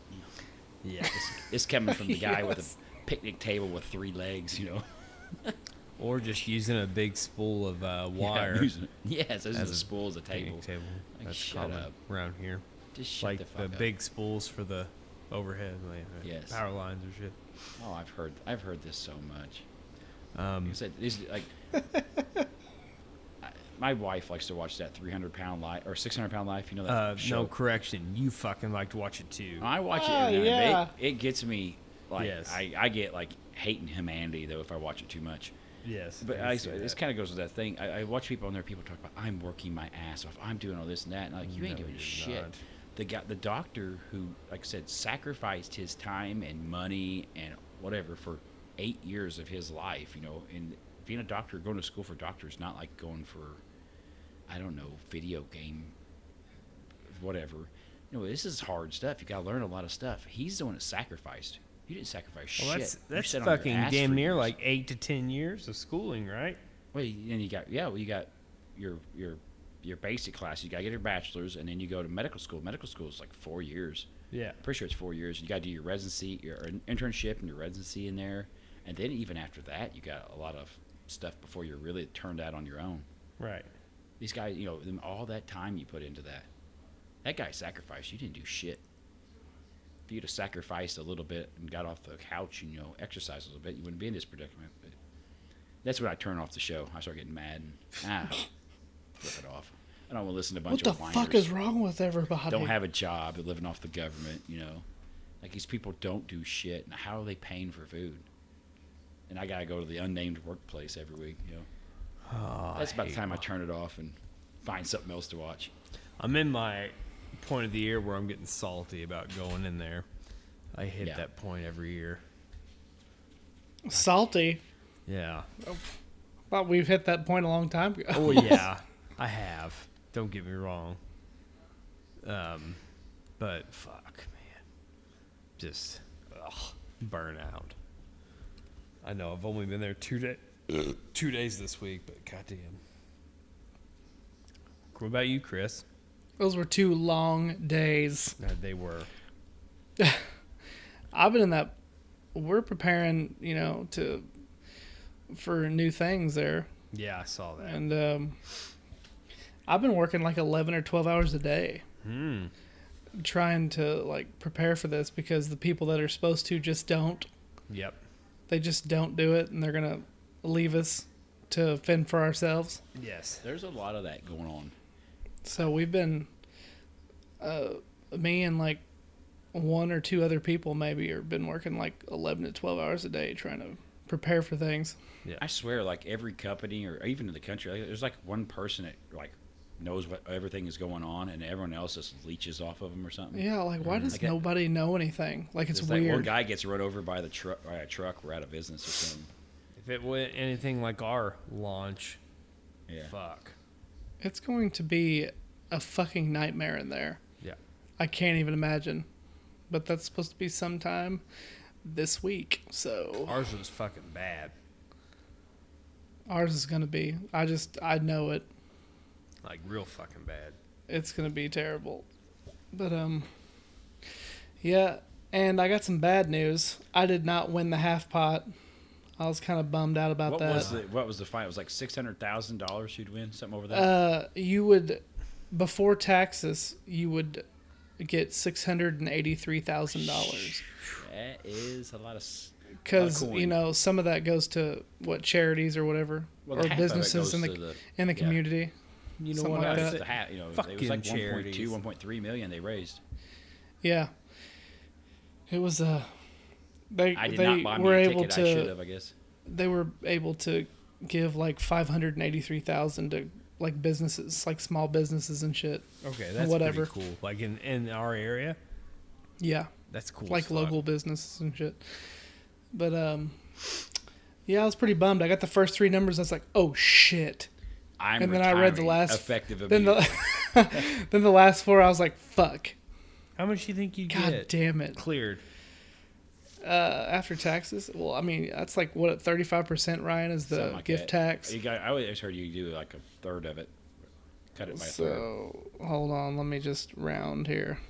S1: Yeah.
S2: It's coming from the guy with a picnic table with three legs, you know.
S1: or just using a big spool of uh, wire.
S2: Yeah, using- yes, those are
S1: as
S2: the spools of
S1: picnic
S2: table.
S1: table.
S2: Like,
S1: That's
S2: shut
S1: common
S2: up.
S1: around here.
S2: Just shut
S1: like
S2: the
S1: the,
S2: fuck up.
S1: big spools for the overhead, like, uh,
S2: Yes.
S1: power lines or shit.
S2: Oh, I've heard I've heard this so much. Like
S1: Um,
S2: I said, these like I- my wife likes to watch that 300 pound life or 600 pound life. You know that
S1: uh,
S2: show.
S1: no correction. You fucking like to watch it too.
S2: I watch it
S3: Ah,
S2: every now and then, but
S3: yeah.
S2: It, it gets me like
S1: Yes.
S2: I, I get like hating humanity though if I watch it too much.
S1: yes.
S2: But
S1: can
S2: I,
S1: see
S2: this
S1: that.
S2: kind of goes with that thing. I, I watch people on there. People talk about I'm working my ass off. I'm doing all this and that. And like you ain't
S1: No,
S2: doing
S1: you're
S2: shit.
S1: not.
S2: The guy, the doctor who, like I said, sacrificed his time and money and whatever for eight years of his life. You know, and being a doctor, going to school for doctor is not like going for, I don't know, video game, whatever. No, this is hard stuff. You got to learn a lot of stuff. He's the one that sacrificed. You didn't sacrifice
S1: Well,
S2: shit.
S1: that's
S2: You
S1: that's
S2: sat on your
S1: fucking
S2: ass
S1: damn
S2: for
S1: near
S2: years.
S1: like eight to ten years of schooling, right?
S2: Well, you- and you got yeah, well, you got your your your basic class. You got to get your bachelor's, and then you go to medical school. Medical school is like four years.
S1: Yeah.
S2: I'm pretty sure it's four years. You got to do your residency, your in- internship, and your residency in there, and then even after that, you got a lot of stuff before you're really turned out on your own.
S1: Right.
S2: These guys, you know, them, all that time you put into that. That guy sacrificed. You didn't do shit. If you'd have sacrificed a little bit and got off the couch and, you know, exercised a little bit, you wouldn't be in this predicament. But that's when I turn off the show. I start getting mad and, ah, flip it off. I don't want to listen to a bunch
S3: what the
S2: of whiners.
S3: fuck is wrong with everybody?
S2: Don't have a job. They're living off the government, you know. Like, these people don't do shit. And how are they paying for food? And I got to go to the unnamed workplace every week, you know.
S1: Oh,
S2: That's about the
S1: hate
S2: time I turn it off and find something else to watch.
S1: I'm in my point of the year where I'm getting salty about going in there. I hit
S2: Yeah.
S1: that point every year.
S3: Salty.
S1: Yeah.
S3: Thought we've hit that point a long time ago.
S1: Oh yeah, I have. Don't get me wrong. Um, but fuck, man, just ugh, burnout. I know I've only been there two day, two days this week, but goddamn. What about you, Chris?
S3: Those were two long days.
S1: Uh, they were.
S3: I've been in that. We're preparing, you know, to for new things there,
S1: Yeah, I saw that.
S3: and um, I've been working like eleven or twelve hours a day
S1: Hmm.
S3: trying to like prepare for this because the people that are supposed to just don't.
S1: Yep.
S3: They just don't do it, and they're gonna leave us to fend for ourselves.
S1: Yes.
S2: There's a lot of that going on.
S3: So we've been, uh, me and like one or two other people maybe are been working like eleven to twelve hours a day trying to prepare for things.
S2: I swear, like every company or even in the country, like, there's like one person that like knows what everything is going on, and everyone else just leeches off of them or something.
S3: Yeah, like why does
S2: Hmm. Like that-
S3: nobody know anything? Like it's
S2: It's like one
S3: weird.
S2: guy gets run over by the truck, by a truck, we're out of business or something.
S1: If it went anything like our launch,
S2: Yeah.
S1: fuck.
S3: it's going to be a fucking nightmare in there.
S1: Yeah.
S3: I can't even imagine. But that's supposed to be sometime this week. So
S1: Ours was fucking bad.
S3: ours is going to be I just I know it.
S1: Like real fucking bad.
S3: It's going to be terrible. But um yeah, and I got some bad news. I did not win the half pot. I was kind of bummed out about
S2: What
S3: that.
S2: was the what was the fine? It was like six hundred thousand dollars you'd win, something over that.
S3: Uh, you would, before taxes, you would get six hundred and eighty-three thousand dollars.
S2: that is a lot of. s-
S3: Because
S2: A Uh, coin.
S3: you know some of that goes to what charities or whatever,
S2: Well,
S3: or
S2: half of it
S3: businesses
S2: goes
S3: in the,
S2: to the
S3: in the
S2: yeah.
S3: community.
S1: You
S3: know what
S2: Well,
S3: I
S2: it's
S3: bet.
S2: the half, you know, it was
S1: Fucking
S2: like 1.2,
S1: charities.
S2: 1.3 million they raised.
S3: Yeah, it was uh, they
S2: I did not
S3: they
S2: buy
S3: were
S2: me a
S3: able
S2: ticket. I should
S3: to
S2: have, I guess.
S3: they were able to give like five hundred and eighty-three thousand to like businesses, like small businesses and shit.
S1: Okay, that's
S3: Whatever.
S1: pretty cool. Like in, in our area,
S3: Yeah.
S1: that's cool.
S3: like
S1: as fuck.
S3: local businesses and shit. But um, yeah, I was pretty bummed. I got the first three numbers. I was like, oh shit.
S2: I'm
S3: and then I read the
S2: retiring
S3: last.
S2: effective
S3: Then the then the last four. I was like, fuck.
S1: How much do you think you
S3: God
S1: get
S3: damn it.
S1: cleared?
S3: Uh, after taxes, well, I mean, that's like what thirty five percent. Ryan is the
S2: Something like
S3: gift
S2: that.
S3: tax.
S2: You got, I always heard you do like a third of it, cut it by a third.
S3: So hold on, let me just round here.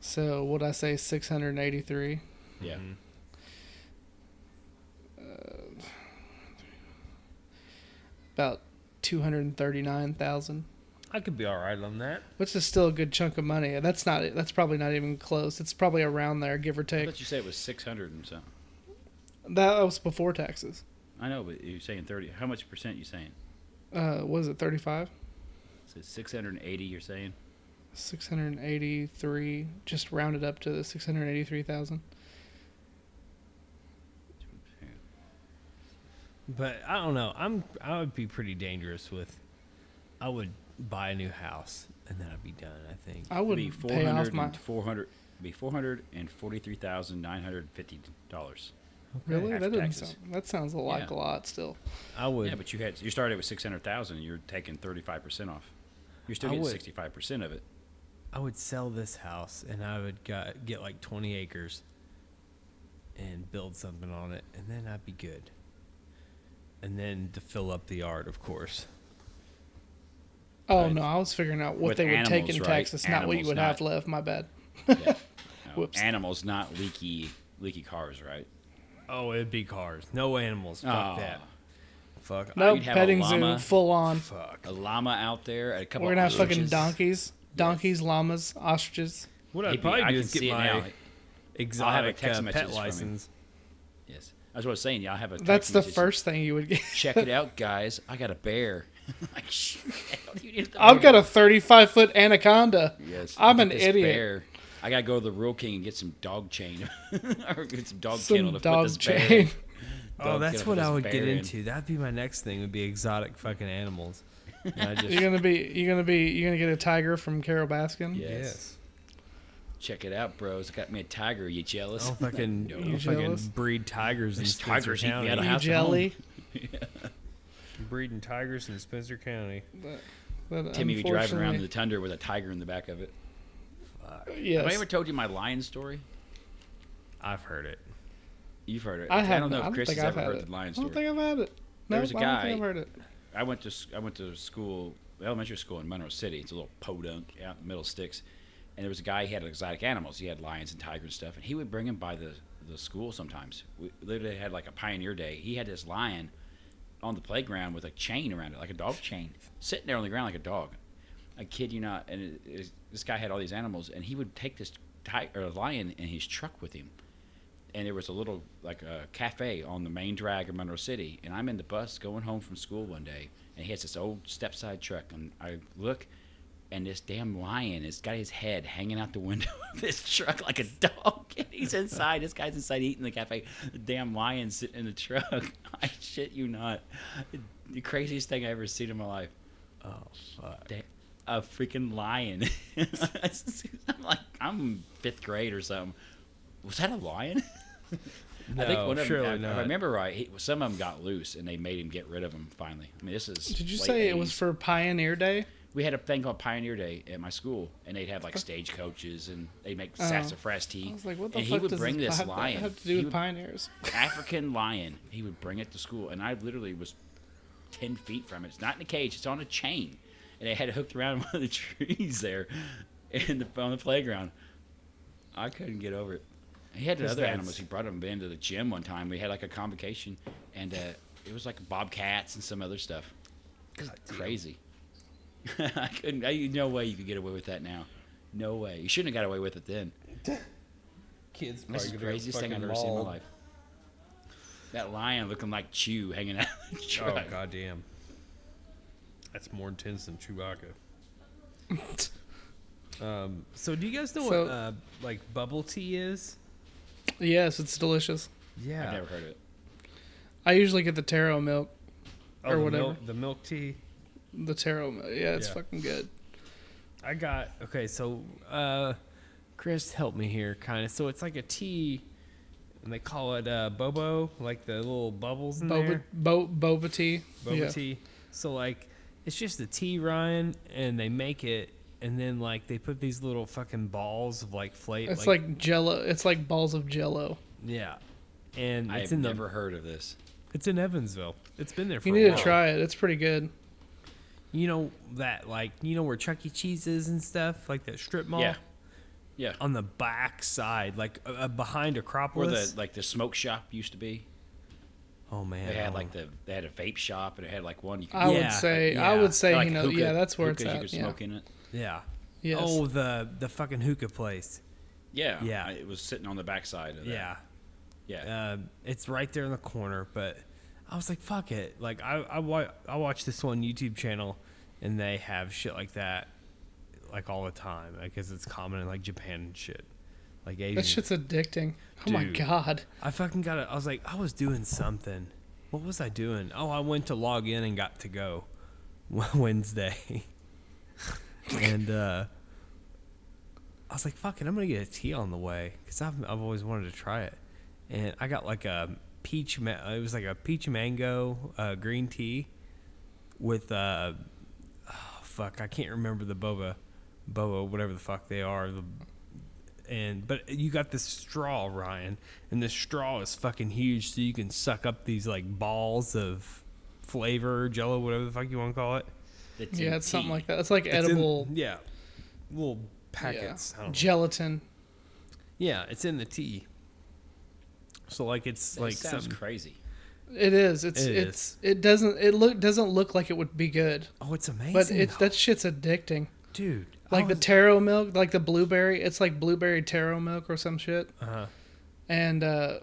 S3: So what I say, six hundred eighty three.
S2: Yeah,
S3: About two hundred thirty nine thousand.
S1: I could be all right on that.
S3: which is still a good chunk of money. That's not. That's probably not even close. It's probably around there, give or
S2: I
S3: take.
S2: thought you said it was six hundred and something.
S3: That was before taxes.
S2: I know, but you're saying thirty. How much percent you saying?
S3: Uh, was it thirty-five?
S2: So six hundred and eighty. You're saying?
S3: Six hundred eighty-three. Just rounded up to the six hundred eighty-three thousand.
S1: But I don't know. I'm I would be pretty dangerous with. I would buy a new house and then I'd be done. I think.
S3: I
S2: It'd
S3: would
S2: be four
S3: pay off
S2: hundred
S3: my.
S2: and four hundred. Be four hundred and forty-three thousand nine hundred fifty dollars.
S3: Really?
S2: half
S3: That doesn't
S2: taxes.
S3: sound. That sounds a like
S2: Yeah.
S3: a lot still.
S1: I would.
S2: Yeah, but you had you started with six hundred thousand. You're taking thirty-five percent off. You're still
S1: I
S2: getting
S1: would-
S2: sixty-five percent of it.
S1: I would sell this house and I would got, get like 20 acres and build something on it, and then I'd be good. And then to fill up the yard, of course.
S3: Oh
S2: Right.
S3: no! I was figuring out what
S2: With
S3: they would take
S2: animals,
S3: in
S2: right?
S3: taxes, not what you
S2: Animals,
S3: would
S2: not-
S3: have left. My bad.
S2: Yeah. No,
S3: Whoops.
S2: Animals, not leaky leaky cars, right?
S1: Oh, it'd be cars. No animals. Fuck
S2: Aw.
S1: that. Fuck.
S3: No
S2: you'd have a
S3: petting zoo,
S2: llama.
S3: full on.
S1: Fuck.
S2: A llama out there, a couple.
S3: We're gonna have fucking
S2: ostriches.
S3: donkeys, donkeys, llamas, ostriches.
S1: What
S2: Maybe-
S1: I'd probably
S2: I
S1: do
S2: can
S1: is get
S2: see it now.
S1: my exotic
S2: text
S1: uh,
S2: message
S1: pet
S2: from him.
S1: license.
S2: Yes, that's what I was saying. Y'all have a.
S3: That's
S2: text
S3: the
S2: message.
S3: first thing you would get.
S2: Check it out, guys. I got a bear. like, shit, you need to
S3: I've
S2: order
S3: got a
S2: it.
S3: 35 foot anaconda.
S2: Yes,
S3: I'm
S2: get
S3: an
S2: this
S3: idiot.
S2: bear. I gotta go to the Real King and get some dog chain, or get some dog
S3: Some
S2: kennel to
S3: dog
S2: put this bear.
S3: chain.
S2: in.
S1: Oh,
S2: Dog
S1: that's
S2: kennel
S1: what
S2: to
S1: I
S2: put this
S1: would get
S2: bear in.
S1: into. That'd be my next thing. Would be exotic fucking animals. And I just
S3: You're gonna be. You're gonna be. You're gonna get a tiger from Carol Baskin.
S2: Yes. Check it out, bros. I got me a tiger. You jealous?
S1: I'll fucking,
S2: No.
S1: I'll
S3: You
S1: fucking
S3: jealous?
S1: breed tigers in
S2: Those
S1: Spencer
S2: tigers eat me
S1: County.
S2: out of
S3: You
S2: house at
S3: jelly.
S1: breeding tigers in Spencer County.
S3: That- But
S2: Timmy be driving around in the
S3: unfortunately-
S2: tundra with a tiger in the back of it. Have I
S3: Yes.
S2: ever told you my lion story?
S1: I've heard it.
S2: You've heard it.
S3: I,
S2: I don't
S3: haven't.
S2: know
S3: I
S2: if
S3: don't
S2: Chris
S3: think
S2: has
S3: I've
S2: ever
S3: had
S2: heard
S3: it.
S2: the lion
S3: I
S2: story.
S3: don't think I've had it. No,
S2: There was a
S3: I don't
S2: guy-
S3: think I've heard it.
S2: I went to s- I went to school, elementary school in Monroe City. It's a little podunk out in the middle of sticks, and there was a guy. He had exotic animals. He had lions and tigers and stuff, and he would bring them by the the school sometimes. We literally had like a pioneer day. He had this lion on the playground with a chain around it, like a dog chain, sitting there on the ground like a dog. I kid you not. And it, it, this guy had all these animals, and he would take this tiger or lion in his truck with him and there was a little like a cafe on the main drag of Monroe City, and I'm in the bus going home from school one day, and he has this old stepside truck, and I look, and this damn lion has got his head hanging out the window of this truck like a dog, and he's inside. this guy's inside eating the cafe. The damn lion sitting in the truck. I shit you not, the craziest thing I ever seen in my life.
S1: Oh fuck.
S2: Da- A freaking lion. I'm like, I'm fifth grade or something. Was that a lion? I think
S1: No,
S2: one of
S1: surely
S2: them, if I
S1: not.
S2: remember right, he, some of them got loose and they made him get rid of them finally. I mean, this is.
S3: Did you
S2: late
S3: say it was
S2: 80s.
S3: for Pioneer Day?
S2: We had a thing called Pioneer Day at my school, and they'd have like stagecoaches and they'd make sassafras tea.
S3: Oh. I was like, what the
S2: and
S3: fuck
S2: he would
S3: does
S2: bring
S3: this
S2: this
S3: have,
S2: lion.
S3: have to
S2: He
S3: do with
S2: would-
S3: pioneers?
S2: African lion. He would bring it to school, and I literally was ten feet from it. It's not in a cage; it's on a chain, and they had it hooked around one of the trees there, in the on the playground. I couldn't get over it. He had
S1: That's
S2: other
S1: nuts.
S2: animals. He brought them into the gym one time. We had like a convocation, and uh, it was like bobcats and some other stuff. It was
S1: God damn.
S2: crazy. I couldn't. I, no way you could get away with that now. No way. You shouldn't have got away with it then.
S1: Kids.
S2: That's the craziest thing I've ever seen in my life. That lion looking like Chew hanging out. of the
S1: Oh
S2: truck.
S1: goddamn. That's more intense than Chewbacca. Um, so do you guys know
S3: So-
S1: what uh, like bubble tea is?
S3: yes, it's delicious.
S1: Yeah.
S2: I've never heard of it.
S3: I usually get the taro milk,
S1: Oh,
S3: or
S1: the
S3: whatever.
S1: Milk, the milk tea.
S3: the taro milk. Yeah, it's
S1: Yeah.
S3: fucking good.
S1: I got okay. So, uh, Chris, help me here, kind of. So it's like a tea, and they call it uh, bobo, like the little bubbles in
S3: Boba,
S1: there.
S3: bo, boba tea.
S1: Boba
S3: yeah.
S1: tea. So like, it's just a tea, Ryan, and they make it, and then like they put these little fucking balls of like flake.
S3: It's like, jello. It's like balls of jello.
S1: yeah, and
S2: I
S1: it's
S2: have
S1: in
S2: never heard of this.
S1: the it's in Evansville. It's been there for
S3: You
S1: a
S3: need to
S1: while.
S3: try it. It's pretty good.
S1: You know that like you know where Chuck E. Cheese is and stuff, like that strip mall.
S2: Yeah. Yeah.
S1: On the back side, like uh, uh, behind
S2: Where
S1: Acropolis.
S2: the like the smoke shop used to be.
S1: Oh man,
S2: They
S1: I
S2: had
S1: don't
S2: like
S1: know.
S2: the they had a vape shop and it had like one you could
S3: I
S1: Yeah,
S3: would say.
S1: yeah.
S3: I would say.
S2: like
S3: you know.
S2: hookah-
S3: yeah, that's where it's
S2: hookahs
S3: at.
S2: You could
S3: yeah.
S2: smoke in it.
S1: yeah.
S3: Yes.
S1: Oh, the the fucking hookah place.
S2: Yeah.
S1: Yeah.
S2: I- It was sitting on the backside of that.
S1: Yeah,
S2: Yeah.
S1: uh, it's right there in the corner. But I was like, fuck it. Like I I, wa- I watch this one YouTube channel, and they have shit like that, like all the time. I guess it's common in like Japan and shit, like Asian.
S3: that shit's addicting. Oh my
S1: Dude.
S3: god.
S1: I fucking got it. I was like, I was doing something. What was I doing? Oh, I went to log in and got to go Wednesday. and uh, I was like, fuck it, I'm going to get a tea on the way because I've, I've always wanted to try it. And I got like a peach, ma- it was like a peach mango uh, green tea with, uh, oh, fuck, I can't remember the boba, boba, whatever the fuck they are, the and but you got this straw, Ryan, and this straw is fucking huge, so you can suck up these like balls of flavor, Jello, whatever the fuck you want to call it.
S2: It's in
S3: Yeah, it's something
S2: tea.
S3: like that. It's like
S1: It's in-
S3: edible.
S1: yeah, little
S3: yeah.
S1: packets. I don't know.
S3: Gelatin.
S1: Yeah, it's in the tea. So like it's
S2: That
S1: like
S2: sounds
S1: something.
S2: crazy.
S3: It is. It's
S1: It
S3: it's it doesn't it look doesn't look like it would be good,
S1: oh, it's amazing.
S3: but it
S1: though.
S3: that shit's addicting.
S1: dude, I
S3: Like the
S1: was-
S3: taro milk, like the blueberry. It's like blueberry taro milk or some shit.
S1: Uh-huh.
S3: And uh,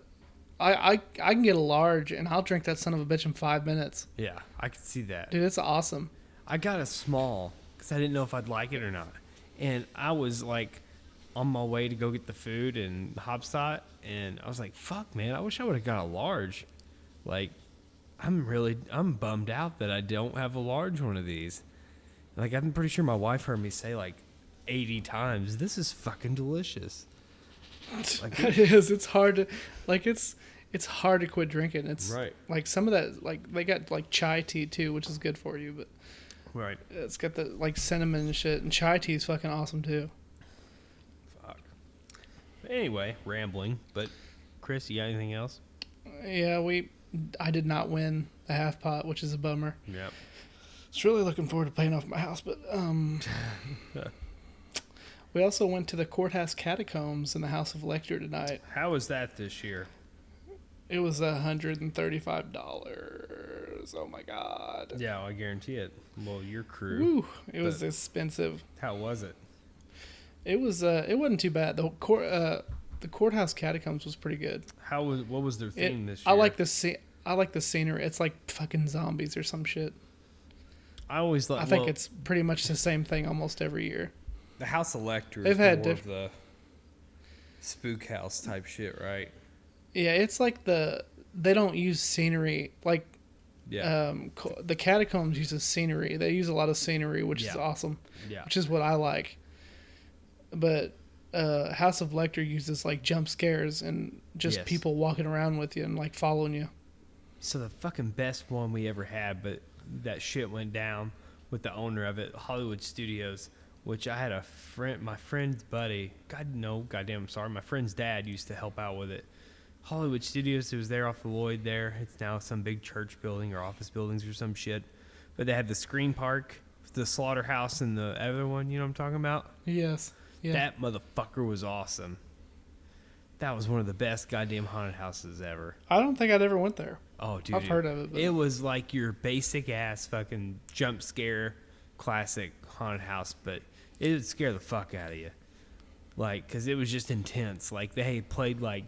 S3: I I I can get a large and I'll drink that son of a bitch in five minutes,
S1: yeah, I could see that.
S3: dude. It's awesome.
S1: I got a small because I didn't know if I'd like it or not. And I was like on my way to go get the food and Hopstot. And I was like, fuck, man, I wish I would have got a large. Like, I'm really, I'm bummed out that I don't have a large one of these. Like, I'm pretty sure my wife heard me say like 80 times, this is fucking delicious. Like-
S3: it is. It's hard to like it's it's hard to quit drinking. It's
S1: Right.
S3: Like some of that like they got like chai tea too, which is good for you, but
S1: Right.
S3: It's got the like cinnamon and shit, and chai tea is fucking awesome too.
S1: Fuck. Anyway, rambling. But Chris, you got anything else?
S3: Yeah, we. I did not win the half pot, which is a bummer.
S1: Yeah.
S3: It's really looking forward to paying off my house, but um. we also went to the courthouse catacombs in the House of Lecture tonight.
S1: How was that this year?
S3: It was hundred and thirty-five dollars. Oh my god.
S1: Yeah, I guarantee it. Well, your crew.
S3: Woo! It was
S1: But-
S3: expensive.
S1: How was it?
S3: It was. Uh, it wasn't too bad. The court. Uh, the courthouse catacombs was pretty good.
S1: How was what was their
S3: It-
S1: theme this
S3: I
S1: year?
S3: like the scene. I like the scenery. It's like fucking zombies or some shit.
S1: I always like.
S3: I think
S1: well,
S3: it's pretty much the same thing almost every year.
S1: the House of Lectors.
S3: they've had
S1: more of the spook house type shit, right?
S3: Yeah, it's like the they don't use scenery like
S1: Yeah.
S3: um co- the catacombs uses scenery. They use a lot of scenery, which is
S1: Yeah.
S3: awesome,
S1: yeah.
S3: which is what I like. But uh House of Lecter uses like jump scares and just
S1: Yes.
S3: people walking around with you and like following you.
S1: So the fucking best one we ever had, but that shit went down with the owner of it, Hollywood Studios, which I had a friend, my friend's buddy. God no, goddamn, I'm sorry. My friend's dad used to help out with it. Hollywood Studios, it was there off of Lloyd. There, it's now some big church building or office buildings or some shit. But they had the Screen Park, the Slaughterhouse, and the other one. You know what I'm talking about?
S3: Yes. Yeah.
S1: That motherfucker was awesome. That was one of the best goddamn haunted houses ever.
S3: I don't think I'd ever went there.
S1: Oh, dude,
S3: I've heard of it, but-
S1: It was like your basic ass fucking jump scare, classic haunted house, but it would scare the fuck out of you. Like, cause it was just intense. Like they played like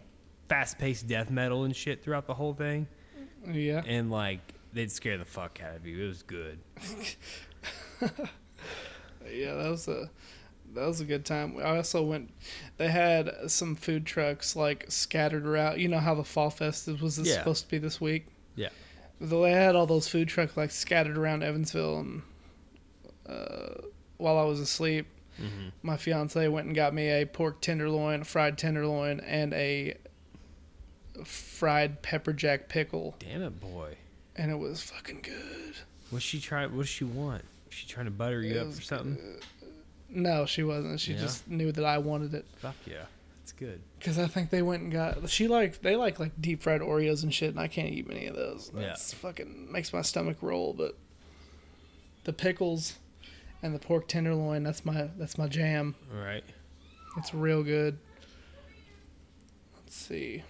S1: fast paced death metal and shit throughout the whole thing,
S3: Yeah.
S1: and like they'd scare the fuck out of you. It was good.
S3: Yeah, that was a that was a good time. I also went. They had some food trucks like scattered around. You know how the fall fest is- was this
S1: Yeah.
S3: supposed to be this week?
S1: Yeah.
S3: They had all those food trucks like scattered around Evansville, and uh, while I was asleep,
S1: Mm-hmm.
S3: my fiance went and got me a pork tenderloin, a fried tenderloin, and a fried pepper jack pickle,
S1: Damn it, boy.
S3: and it was fucking good.
S1: What's she try? What's she want? She trying to butter you
S3: It
S1: up
S3: was
S1: or something?
S3: No, she wasn't. She
S1: Yeah?
S3: just knew that I wanted it.
S1: Fuck yeah, it's good.
S3: Because I think they went and got she like they like like deep fried Oreos and shit, and I can't eat many of those.
S1: Yeah.
S3: That's fucking makes my stomach roll. But the pickles and the pork tenderloin that's my that's my jam.
S1: All right.
S3: It's real good. Let's see.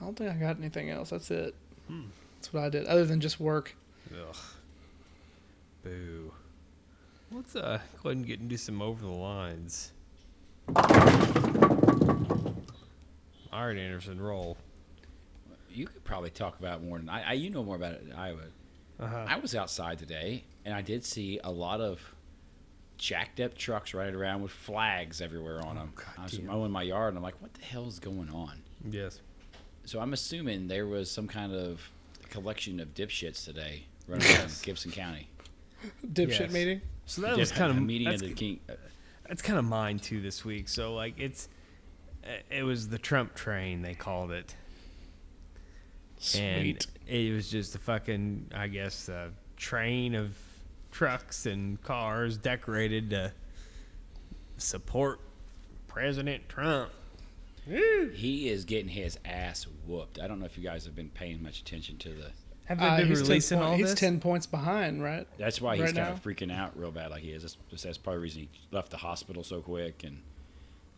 S3: I don't think I got anything else. That's it.
S1: Hmm.
S3: That's what I did, other than just work.
S1: Ugh. Boo. Let's uh, go ahead and get into some over the lines. All right, Anderson, roll.
S2: You could probably talk about it more than I, I. You know more about it than I would.
S1: Uh-huh.
S2: I was outside today, and I did see a lot of jacked up trucks riding around with flags everywhere on them.
S1: Oh, God
S2: I was
S1: damn.
S2: mowing my yard, and I'm like, "What the hell is going on?"
S1: Yes.
S2: So I'm assuming there was some kind of collection of dipshits today running around Gibson County.
S3: Dipshit
S1: Yes.
S3: meeting.
S1: So that was kind of
S2: a meeting of
S1: that's,
S2: the king.
S1: that's kind of mine too this week. So like it's it was the Trump train they called it.
S3: Sweet.
S1: And it was just a fucking, I guess, a train of trucks and cars decorated to support President Trump.
S2: uh, He is getting his ass whooped. I don't know if you guys have been paying much attention to the.
S1: Have
S3: Uh, he's, 10 point- he's ten points behind, right?
S2: That's why he's
S3: Right
S2: kind
S3: now?
S2: of freaking out real bad, like he is. That's, that's probably the reason he left the hospital so quick. And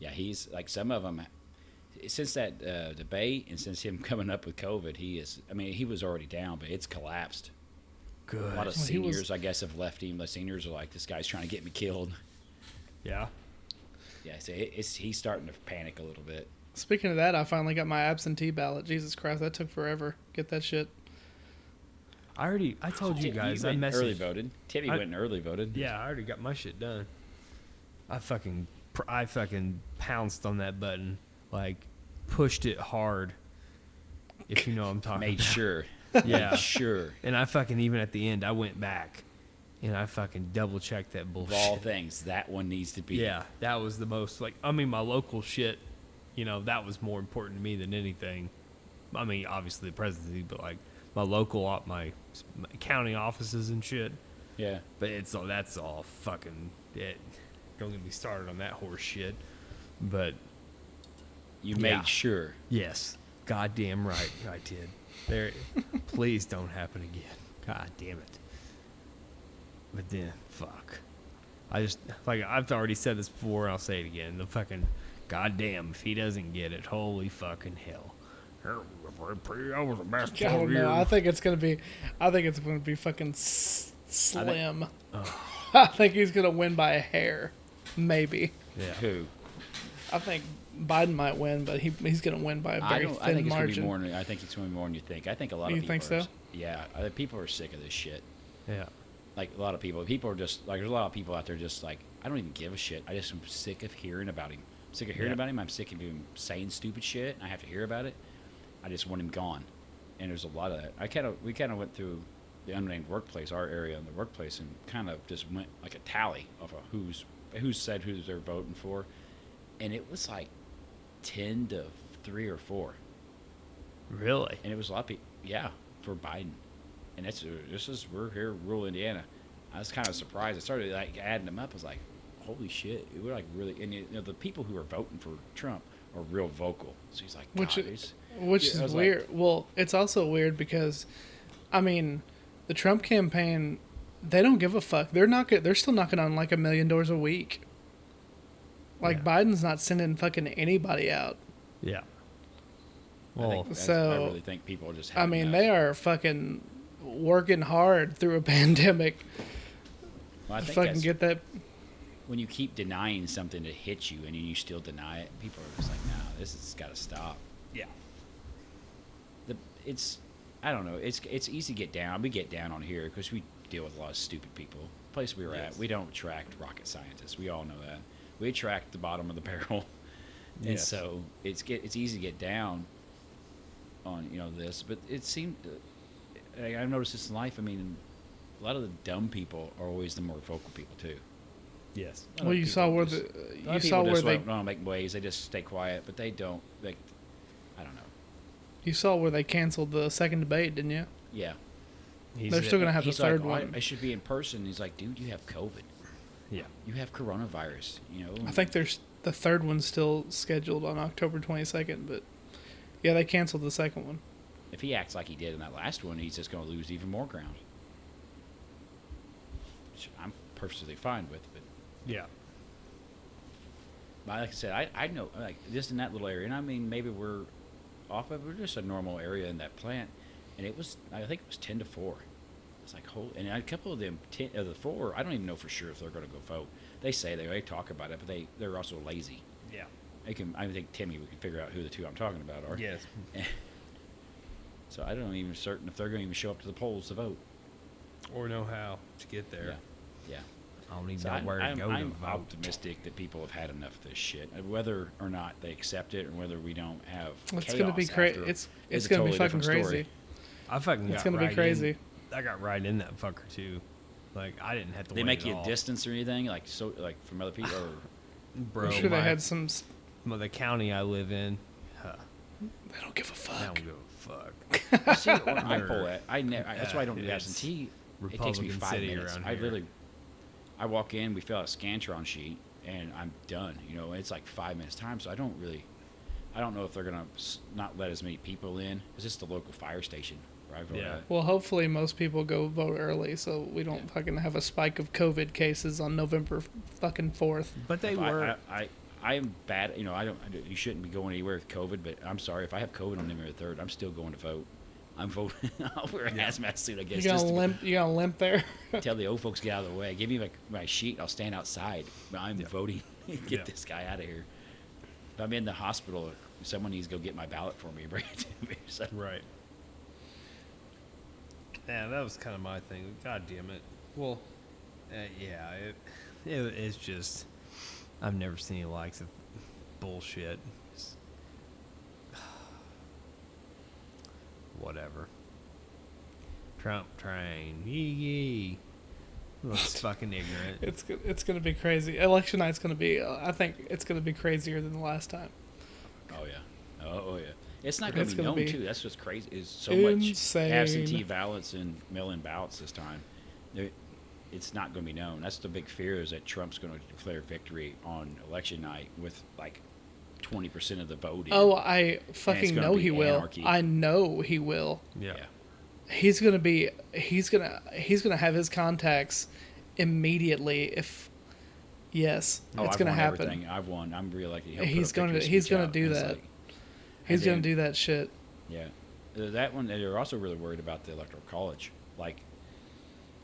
S2: yeah, he's like some of them. Since that uh, debate and since him coming up with COVID, he is. I mean, he was already down, but it's collapsed. A lot
S1: Good.
S2: of
S3: Well, he was-
S2: seniors, I guess, have left him. The seniors are like, "This guy's trying to get me killed."
S1: Yeah.
S2: Yeah, so it, it's he's starting to panic a little bit.
S3: Speaking of that, I finally got my absentee ballot. Jesus Christ, that took forever. Get that shit.
S1: I already, I told you
S2: Tibby
S1: guys, I
S2: went
S1: messaged.
S2: early voted. Tibby
S1: I-
S2: went and early voted.
S1: Yeah, I already got my shit done. I fucking, pr- I fucking pounced on that button, like pushed it hard. If you know what I'm talking
S2: made
S1: about.
S2: sure.
S1: Yeah.
S2: made sure.
S1: And I fucking even at the end, I went back, and I fucking double checked that
S2: Of all
S1: bullshit.
S2: things, that one needs to be.
S1: Yeah, that was the most like I mean my local shit, you know that was more important to me than anything. I mean obviously the presidency, but like my local op, my, my county offices and shit.
S2: Yeah.
S1: But it's all that's all fucking it. Don't get me started on that horse shit. But
S2: You
S1: Yeah.
S2: made sure.
S1: yes, goddamn right I did. There, please don't happen again. God damn it. But then, fuck. I just like I've already said this before. I'll say it again. The fucking goddamn if he doesn't get it, holy fucking hell. I was the best
S3: I don't
S1: player.
S3: know. I think it's gonna be. I think it's gonna be fucking s-
S2: I thi-
S3: slim. I think he's gonna win by a hair, maybe.
S1: Yeah.
S2: Who?
S3: I think Biden might win, but he he's gonna win by a
S2: I
S3: very
S2: don't.
S3: thin
S2: I think it's gonna be
S3: margin.
S2: more. Than, I think it's gonna be more than you think. I think a lot
S3: You
S2: of people.
S3: think
S2: are,
S3: so?
S2: Yeah. I think people are sick of this shit.
S1: Yeah.
S2: Like a lot of people. People are just like there's a lot of people out there just like I don't even give a shit. I just am sick of hearing about him. I'm sick of hearing
S1: Yeah.
S2: about him. I'm sick of him saying stupid shit. And I have to hear about it. I just want him gone. And there's a lot of that. I kind of we kind of went through the unnamed workplace, our area in the workplace, and kind of just went like a tally of a who's who said who they're voting for, and it was like ten to three or four.
S1: Really?
S2: and it was a lot of people. Yeah, for Biden, and that's this is we're here rural Indiana. I was kind of surprised. I started like adding them up. I was like, holy shit, it we're like really. And you know, the people who are voting for Trump are real vocal. So he's like,
S3: Which
S2: God,
S3: i-
S2: it's-
S3: Which
S2: Yeah, I
S3: is
S2: was like-
S3: weird. well, it's also weird because, I mean, the Trump campaign, they don't give a fuck. They're not. They're still knocking on like a million doors a week. Like
S1: Yeah.
S3: Biden's not sending fucking anybody out.
S1: Yeah.
S2: I think
S1: Well,
S2: that's-
S3: so-
S2: I really think people are just.
S3: I
S2: had
S3: mean,
S2: enough.
S3: they are fucking working hard through a pandemic
S2: Well, I
S3: to
S2: think
S3: fucking
S2: that's-
S3: get that.
S2: when you keep denying something to hit you, and you still deny it, people are just like, no, this has got to stop.
S1: yeah.
S2: the it's I don't know. It's it's easy to get down. We get down on here because we deal with a lot of stupid people. place we were
S1: Yes.
S2: at, we don't attract rocket scientists. We all know that. We attract the bottom of the barrel, and
S1: Yes.
S2: so it's get it's easy to get down on you know this. But it seemed uh, I, I've noticed this in life. I mean, a lot of the dumb people are always the more vocal people too.
S1: Yes.
S2: A lot
S3: Well,
S2: of
S3: you
S2: people
S3: saw where
S2: just- a
S3: the
S2: lot
S3: you
S2: of
S3: saw
S2: people
S3: where
S2: just
S3: they
S2: don't, don't make waves. They just stay quiet, but they don't like. I don't know.
S3: you saw where they canceled the second debate, didn't you?
S2: Yeah.
S1: He's
S3: They're
S1: a-
S3: still gonna have the
S2: he's
S3: third
S2: like, "Oh, I-
S3: one.
S2: I should be in person. He's like, dude, you have COVID.
S1: Yeah.
S2: You have coronavirus. You know.
S3: I think there's the third one's still scheduled on October 22nd, but yeah, they canceled the second one.
S2: if he acts like he did in that last one, he's just going to lose even more ground. Which I'm perfectly fine with, but,
S1: Yeah.
S2: but like I said, I, I know like just in that little area, and I mean maybe we're off, but we're just a normal area in that plant, and it was I think it was ten to four. It's like whole, and a couple of them ten of the four, I don't even know for sure if they're going to go vote. They say they, they talk about it, but they they're also lazy.
S1: Yeah.
S2: I can. I think Timmy. We can figure out who the two I'm talking about are.
S1: Yes.
S2: So I don't even certain if they're going to even show up to the polls to vote.
S1: Or know how to get there.
S2: Yeah. yeah.
S1: I don't even
S2: So
S1: know
S2: I'm,
S1: where
S2: I'm,
S1: to go
S2: I'm
S1: to vote.
S2: optimistic that people have had enough of this shit, And whether or not they accept it, and whether we don't have.
S3: It's
S2: going
S3: gonna
S2: to
S3: be crazy. It's it's gonna be fucking crazy.
S1: I fucking.
S3: It's
S1: got
S3: gonna be
S1: right in-
S3: crazy.
S1: I got right in that fucker too. Like I didn't have to.
S2: They
S1: wait
S2: make
S1: at
S2: you
S1: all.
S2: a distance or anything like so like from other people. Or,
S1: bro.
S3: I'm sure
S1: my,
S3: they had some. s-
S1: my- the county I live in. Huh,
S3: They don't give a
S1: I don't
S3: fuck.
S1: give a fuck.
S2: You see, when I
S1: Or-
S2: pull it, I never. That's why I don't do
S1: Yeah,
S2: absentee.
S1: it's
S2: It takes me
S1: Republican
S2: five
S1: city
S2: minutes.
S1: around
S2: I
S1: here.
S2: literally, I walk in, we fill out a scantron sheet, and I'm done. You know, it's like five minutes time, so I don't really, I don't know if they're gonna s- not let as many people in. It's just the local fire station where I vote
S1: Yeah.
S2: at.
S3: Well, hopefully most people go vote early, so we don't
S2: Yeah.
S3: fucking have a spike of COVID cases on November f- fucking fourth.
S1: But they
S2: If I-
S1: were.
S2: I, I, I am bad. You know, I don't. I don't- You shouldn't be going anywhere with COVID. But I'm sorry if I have COVID on November third, I'm still going to vote. I'm voting. I'll wear a hazmat suit. I
S3: You
S2: guess.
S3: gonna
S2: just to-
S3: limp? You gonna limp there?
S2: tell the old folks get out of the way. Give me my, my sheet. I'll stand outside. I'm voting. get
S1: Yeah.
S2: this guy out of here. If I'm in the hospital, someone needs to go get my ballot for me. and Bring it to me. So,
S1: Right. Yeah, that was kind of my thing. God damn it. Well, uh, yeah, it, it, it's just I've never seen the likes of bullshit. It's- Whatever. Trump train. Yee yee. Looks fucking ignorant.
S3: It's go- it's gonna be crazy. Election night's gonna be. uh, I think it's gonna be crazier than the last time.
S2: oh yeah. Oh, oh, yeah. It's not going
S3: It's
S2: to be
S3: gonna
S2: known
S3: be
S2: too. That's what's crazy. Is so much
S3: insane.
S2: absentee ballots and mail-in ballots this time. They- it's not going to be known. That's the big fear is that Trump's going to declare victory on election night with like 20% of the vote. in.
S3: Oh, I fucking
S2: gonna
S3: know
S2: be
S3: he will.
S2: anarchy.
S3: I know he will.
S1: Yeah.
S2: yeah.
S3: He's gonna be. He's gonna. He's gonna have his contacts immediately. If yes,
S2: Oh,
S3: it's
S2: I've
S3: gonna
S2: won
S3: happen.
S2: everything. I've won. I'm reelected. He'll put
S3: He's
S2: a
S3: gonna-
S2: victory
S3: he's
S2: speech
S3: gonna
S2: out,
S3: do
S2: and it's
S3: that.
S2: like-
S3: He's
S2: and
S3: gonna
S2: then-
S3: do that shit.
S2: Yeah, Uh, that one. They're also really worried about the electoral college, like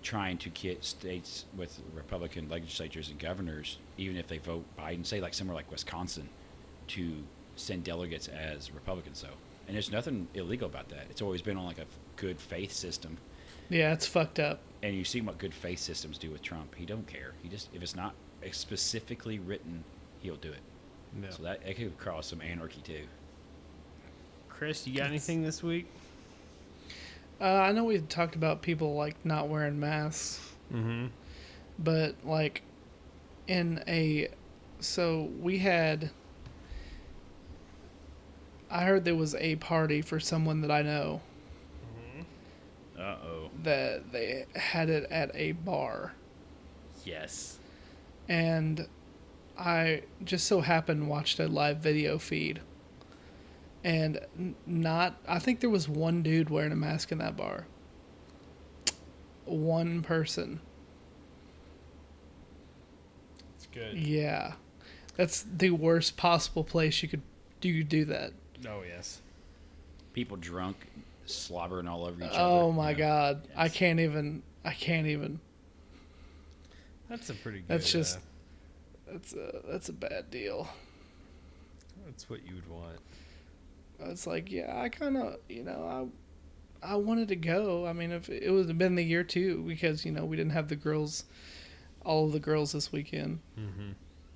S2: trying to get states with Republican legislatures and governors, even if they vote Biden, say like somewhere like Wisconsin, to send delegates as Republicans. though. and there's nothing illegal about that. It's always been on like a f- good faith system,
S3: Yeah, it's fucked up.
S2: and you see what good faith systems do with Trump. He don't care. He just if it's not specifically written, he'll do it.
S1: Yeah.
S2: So that, that could cause some anarchy too.
S1: Chris, you got anything this week?
S3: Uh, I know we talked about people like not wearing masks,
S1: Mm-hmm.
S3: but like in a so we had I heard there was a party for someone that I know
S2: Uh oh.
S3: that they had it at a bar
S2: Yes.
S3: and I just so happened watched a live video feed and n- not I think there was one dude wearing a mask in that bar one person
S1: It's good.
S3: Yeah, that's the worst possible place you could do you do that.
S1: Oh yes.
S2: people drunk, slobbering all over each other.
S3: Oh my
S2: you know.
S3: god, I
S2: Yes.
S3: can't even. I can't even.
S1: That's a pretty good.
S3: That's just-
S1: uh,
S3: That's a that's a bad deal.
S1: that's what you would want.
S3: It's like yeah, I kind of you know I I wanted to go. I mean, if it would have been the year two because you know we didn't have the girls, all of the girls this weekend,
S1: Mm-hmm.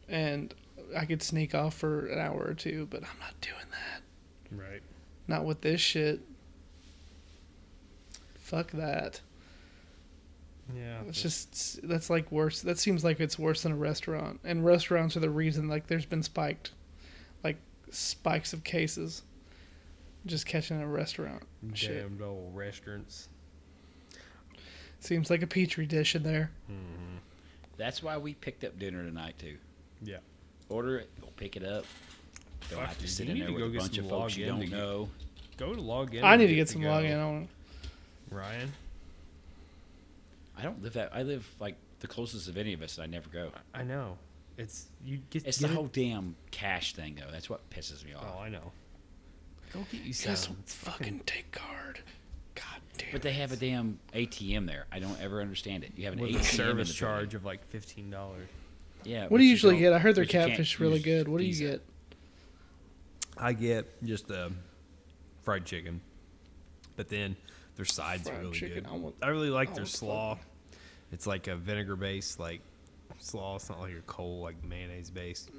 S3: and I could sneak off for an hour or two, but I'm not doing that.
S1: Right.
S3: Not with this shit. Fuck that.
S1: Yeah.
S3: It's just that's like worse. That seems like it's worse than a restaurant. And restaurants are the reason like there's been spiked, like spikes of cases, just catching a restaurant.
S1: damned
S3: shit.
S1: old restaurants.
S3: Seems like a petri dish in there.
S1: Mm-hmm.
S2: That's why we picked up dinner tonight too.
S1: Yeah.
S2: Order it, go pick it up. Don't
S1: Fuck,
S2: have to
S1: dude,
S2: sit
S1: you
S2: in
S1: need
S2: there
S1: to
S2: with
S1: go
S2: a
S1: get
S2: bunch
S1: some
S2: of folks
S1: login
S2: you
S1: to
S2: don't
S1: get-
S2: know.
S1: Go to log in.
S3: I
S1: and
S3: need to get some
S1: go.
S3: login. I want
S1: Ryan.
S2: I don't live that. I live like the closest of any of us, and I never go.
S1: I know. It's you get.
S2: It's
S1: get
S2: the
S1: it-
S2: whole damn cash thing though. That's what pisses me
S1: Oh,
S2: off.
S1: I know. Go get you
S3: you guys
S1: some.
S3: don't fucking take card. God damn.
S2: But they have a damn ATM there. I don't ever understand it. You have an
S1: With
S2: ATM
S1: a
S2: in
S1: service
S2: the building.
S1: charge of like fifteen dollars.
S2: Yeah.
S3: what
S2: but
S3: do you usually
S2: don't-
S3: get? I heard their
S2: but you can't
S3: catfish really
S2: use uh,
S3: good. What do you
S2: Visa.
S3: get?
S1: I get just the fried chicken, but then their sides
S3: Fried
S1: are really
S3: chicken,
S1: good.
S3: I want-
S1: I really like
S3: I
S1: their
S3: want that.
S1: slaw. It's like a vinegar based like slaw. It's not like a cold like mayonnaise based.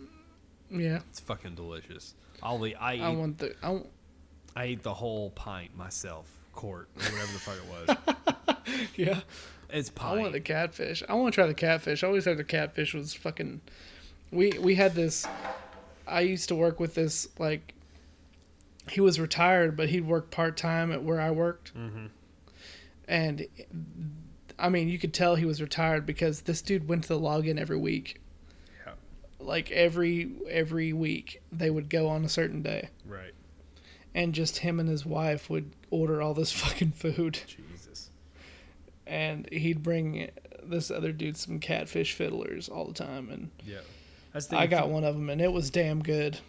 S3: Yeah,
S1: It's fucking delicious. I'll eat. I eat,
S3: I want the. I want,
S1: I ate the whole pint myself, quart or whatever the fuck it was.
S3: yeah,
S1: It's pint.
S3: I want the catfish. I want to try the catfish. I always heard the catfish was fucking. We we had this. I used to work with this like. He was retired, but he'd work part time at where I worked. Mm-hmm. And, I mean, you could tell he was retired because this dude went to the login every week.
S1: Yeah,
S3: Like every every week, they would go on a certain day,
S1: right.
S3: and just him and his wife would order all this fucking food
S1: Jesus.
S3: and he'd bring this other dude some catfish fiddlers all the time and
S1: Yeah. That's the
S3: i
S1: thing,
S3: got one of them and it was damn good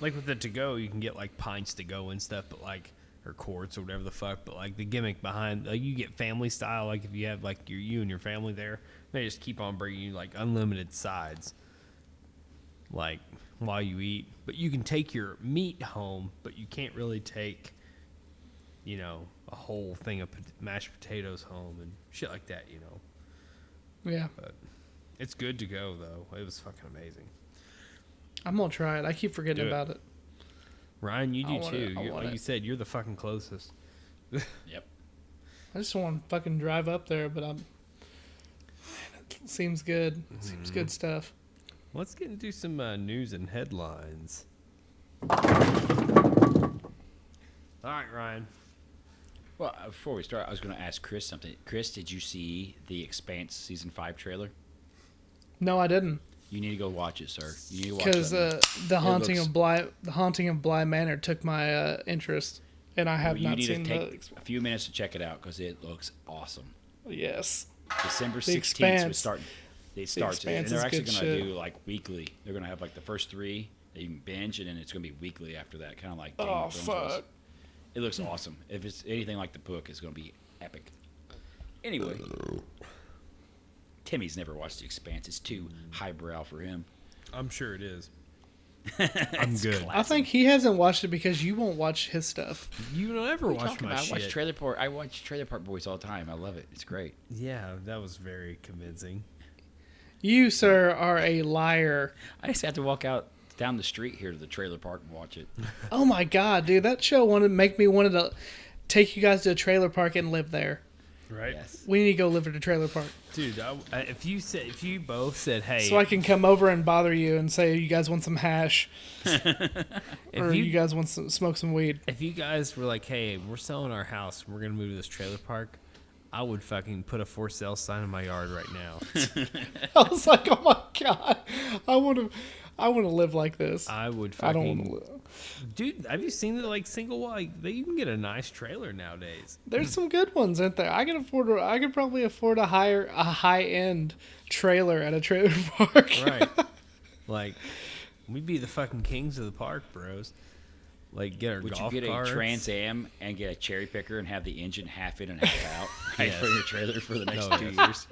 S1: like with the to go, you can get like pints to go and stuff, but like or quarts or whatever the fuck. But like the gimmick behind, like you get family style. Like if you have like your you and your family there, they just keep on bringing you like unlimited sides. Like while you eat, but you can take your meat home, but you can't really take, you know, a whole thing of pot- mashed potatoes home and shit like that. You know,
S3: yeah
S1: it's good to go though. It was fucking amazing.
S3: i'm gonna try it i keep forgetting
S1: Do it.
S3: about it
S1: Ryan, you
S3: I
S1: do
S3: want
S1: too.
S3: it. I
S1: You're,
S3: want
S1: like
S3: it.
S1: you said, you're the fucking closest.
S2: Yep.
S3: i just want to fucking drive up there but i'm it seems good seems
S2: Mm-hmm.
S3: good stuff
S1: Let's get into some uh, news and headlines. All right, Ryan.
S2: Well, uh, before we start, I was going to ask Chris something. Chris, did you see the Expanse season five trailer?
S3: No, I didn't.
S2: You need to go watch it, sir. You need to watch
S3: Because
S2: that.
S3: uh, the haunting
S2: looks-
S3: of Bly, the haunting of Bly Manor took my uh, interest, and I have
S2: you
S3: not
S2: need
S3: seen
S2: to take
S3: the.
S2: a few minutes to check it out because it looks awesome.
S3: Yes.
S2: December
S3: The
S2: sixteenth, we
S3: Expanse.
S2: start. They start, it, and
S3: Expanse
S2: they're
S3: is
S2: actually
S3: good
S2: going to
S3: shit.
S2: do like weekly. They're going to have like the first three that you can binge, and then it's going to be weekly after that, kind of like. Game
S3: Oh
S2: of Thrones was.
S3: fuck.
S2: It looks awesome. If it's anything like the book, it's going to be epic. Anyway, Timmy's never watched The Expanse. It's too highbrow for him.
S1: I'm sure it is. I'm good.
S3: I think he hasn't watched it because you won't watch his stuff.
S1: You don't ever
S2: What are you
S1: watch
S2: talking
S1: my
S2: about? I
S1: shit.
S2: watch Trailer Park. I watch Trailer Park Boys all the time. I love it. It's great.
S1: yeah, that was very convincing.
S3: You, sir, are a liar.
S2: I just have to walk out down the street here to the trailer park and watch it.
S3: Oh my god, dude, that show wanted to make me wanted to take you guys to a trailer park and live there.
S1: Right,
S2: Yes.
S3: We need to go live at a trailer park
S1: dude. I, I- if you said, if you both said, "Hey,"
S3: so I can come over and bother you and say you guys want some hash or
S1: if you,
S3: you guys want some smoke some weed.
S1: if you guys were like, "Hey, we're selling our house. We're gonna move to this trailer park," I would fucking put a for sale sign in my yard right now.
S3: I was like, oh my god, I want to, I want to live like this. I,
S1: I would
S3: don't
S1: fucking.
S3: want to live.
S1: Dude, have you seen the like single like that? You can get a nice trailer nowadays.
S3: There's some good ones, aren't there? I can afford, a, I could probably afford a higher, a high end trailer at a trailer park.
S1: Right. like, we'd be the fucking kings of the park, bros. Like, get our
S2: Would you
S1: golf
S2: get
S1: carts.
S2: a Trans Am and get a cherry picker and have the engine half in and half out right
S1: Yes. Oh,
S2: for your trailer for the next
S1: No,
S2: two years?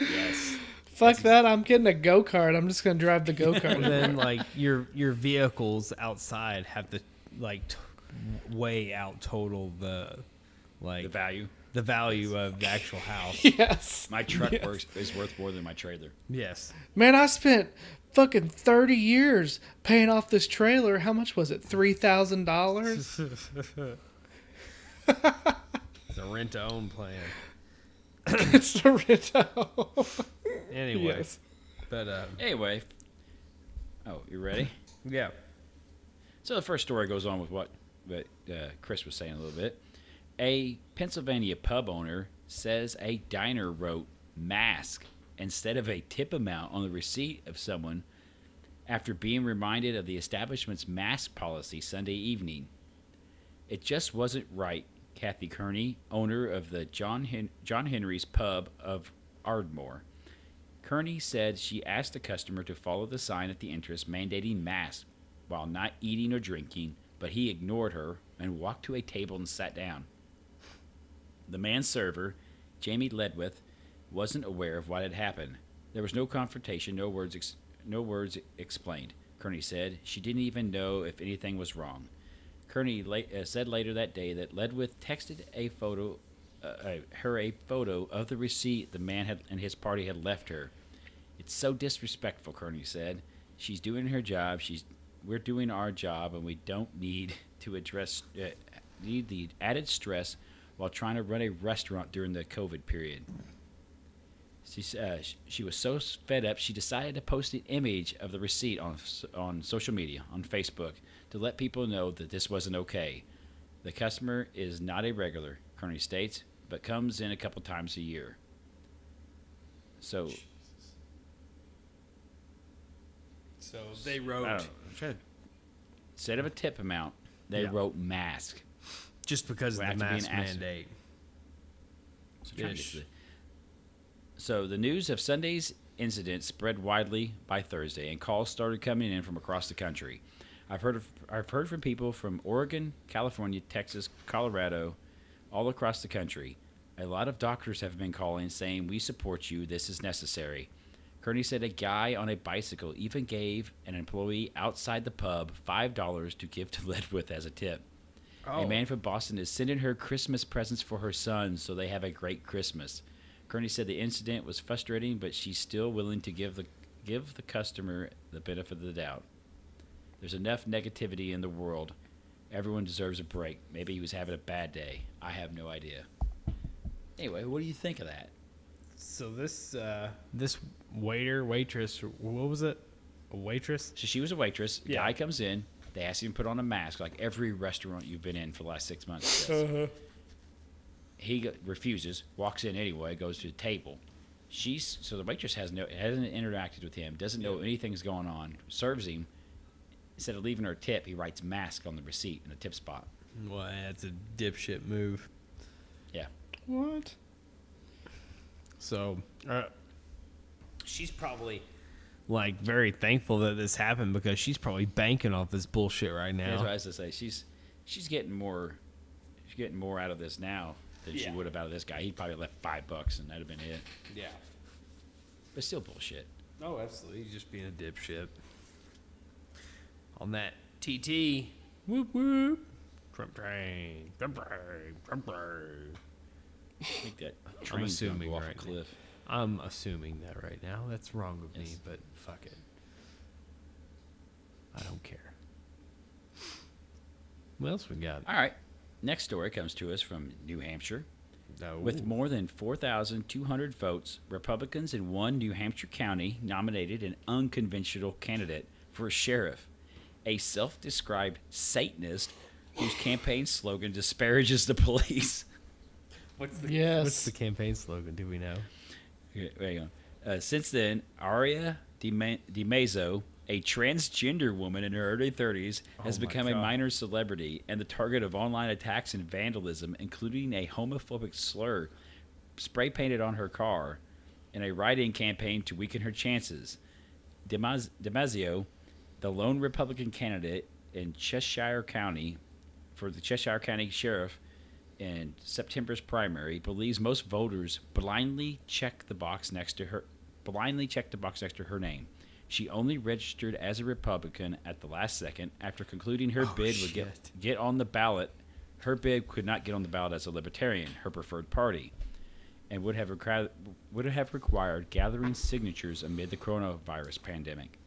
S2: Yes.
S3: Fuck that! I'm getting a go kart. I'm just gonna drive the go kart.
S1: And then, like, your your vehicles outside have to, like, t- way out total the, like,
S2: The value.
S1: the value of the actual house.
S3: yes.
S2: My truck
S3: Yes.
S2: works is worth more than my trailer.
S1: yes.
S3: Man, I spent fucking 30 years paying off this trailer. How much was it? $3,000?
S1: The rent to own plan.
S3: it's the rental.
S1: Anyway.
S3: yes.
S1: But, uh,
S2: Anyway. Oh, you ready?
S1: yeah.
S2: So the first story goes on with what what uh, Chris was saying a little bit. A Pennsylvania pub owner says a diner wrote "mask" instead of a tip amount on the receipt of someone after being reminded of the establishment's mask policy Sunday evening. It just wasn't right. Kathy Kearney, owner of the John Hen- John Henry's Pub of Ardmore, Kearney said she asked the customer to follow the sign at the entrance mandating masks while not eating or drinking, but he ignored her and walked to a table and sat down. The man server, Jamie Ledwith, wasn't aware of what had happened. There was no confrontation, no words, ex- no words explained. Kearney said she didn't even know if anything was wrong. Kearney la- uh, said later that day that Ledwith texted a photo, uh, uh, her a photo of the receipt the man had and his party had left her. It's so disrespectful, Kearney said. She's doing her job. She's we're doing our job, and we don't need to address uh, need the added stress while trying to run a restaurant during the COVID period. She s- uh, sh- she was so s- fed up she decided to post an image of the receipt on s- on social media on Facebook to let people know that this wasn't okay. The customer is not a regular, Kearney states, but comes in a couple times a year. So
S1: So they
S2: I
S1: wrote
S2: don't- instead of a tip amount, they
S1: Yeah.
S2: wrote mask.
S1: just because of
S2: Would
S1: the
S2: have to be
S1: mask
S2: an accident.
S1: mandate.
S2: So trying to get
S1: Ish.
S2: to the- So the news of Sunday's incident spread widely by Thursday, and calls started coming in from across the country. I've heard of, I've heard from people from Oregon, California, Texas, Colorado, all across the country. A lot of doctors have been calling saying we support you. This is necessary. Kearney said a guy on a bicycle even gave an employee outside the pub five dollars to give to Ledwith as a tip. A man from Boston is sending her Christmas presents for her son so they have a great Christmas. Kearney said the incident was frustrating, but she's still willing to give the give the customer the benefit of the doubt. There's enough negativity in the world. Everyone deserves a break. Maybe he was having a bad day. I have no idea. Anyway, what do you think of that?
S1: So this uh, this waiter waitress, what was it? A waitress?
S2: So she was a waitress.
S1: Yeah.
S2: Guy comes
S1: Uh-huh.
S2: in. They ask him to put on a mask, like every restaurant you've been in for the last six months. does. He go- refuses, walks in anyway, goes to the table. She's so the waitress has no hasn't interacted with him, doesn't know anything's going on. Serves him. Instead of leaving her a tip, he writes "mask" on the receipt in the tip spot.
S1: Well, that's a dipshit move.
S2: Yeah,
S3: What?
S1: So uh, she's probably like very thankful that this happened because she's probably banking off this bullshit right now.
S2: that's what I was to say. She's she's getting more she's getting more out of this now than she
S1: Yeah.
S2: would have out of this guy. He probably left five bucks and that'd have been it.
S1: Yeah.
S2: But still bullshit.
S1: Oh, absolutely. He's just being a dipshit. On that TT. Whoop whoop. Trump train. Trump train. Trump train.
S2: I think that train's gonna
S1: assuming
S2: go off
S1: right
S2: a
S1: now.
S2: cliff.
S1: I'm assuming that right now. That's wrong of me,
S2: Yes.
S1: but fuck it. I don't care. What else we got?
S2: All right. Next story comes to us from New Hampshire.
S1: No.
S2: With more than 4,200 votes, Republicans in one New Hampshire county nominated an unconventional candidate for sheriff, a self described Satanist whose campaign slogan disparages the police.
S1: what's
S3: Yes.
S1: What's the campaign slogan? Do we know?
S2: Okay, hang on. Uh, since then, Aria DiMezzo, a transgender woman in her early 30s, has
S1: Oh my
S2: become a
S1: God.
S2: minor celebrity and the target of online attacks and vandalism, including a homophobic slur spray painted on her car and a write in campaign to weaken her chances. DiMaz- DiMaggio, the lone Republican candidate in Cheshire County for the Cheshire County Sheriff in September's primary, believes most voters blindly check the box next to her blindly check the box next to her name. She only registered as a Republican at the last second after concluding her
S1: Oh,
S2: bid would get,
S1: shit.
S2: get on the ballot. Her bid could not get on the ballot as a Libertarian, her preferred party and would have, required, would have required gathering signatures amid the coronavirus pandemic.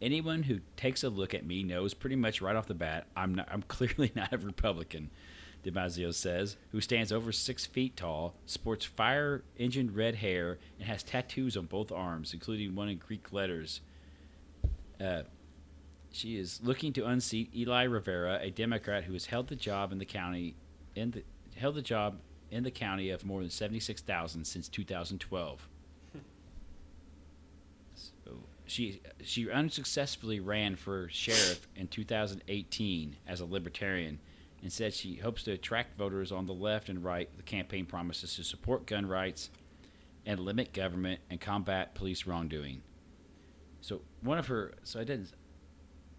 S2: Anyone who takes a look at me knows pretty much right off the bat I'm, not, I'm clearly not a Republican, DiMaggio says, who stands over six feet tall, sports fire engine red hair, and has tattoos on both arms, including one in Greek letters. Uh, She is looking to unseat Eli Rivera, a Democrat who has held the job in the county in the held the job in the county of more than seventy six thousand since two thousand twelve. So she she unsuccessfully ran for sheriff in two thousand eighteen as a libertarian and said she hopes to attract voters on the left and right. The campaign promises to support gun rights and limit government and combat police wrongdoing. So one of her so I didn't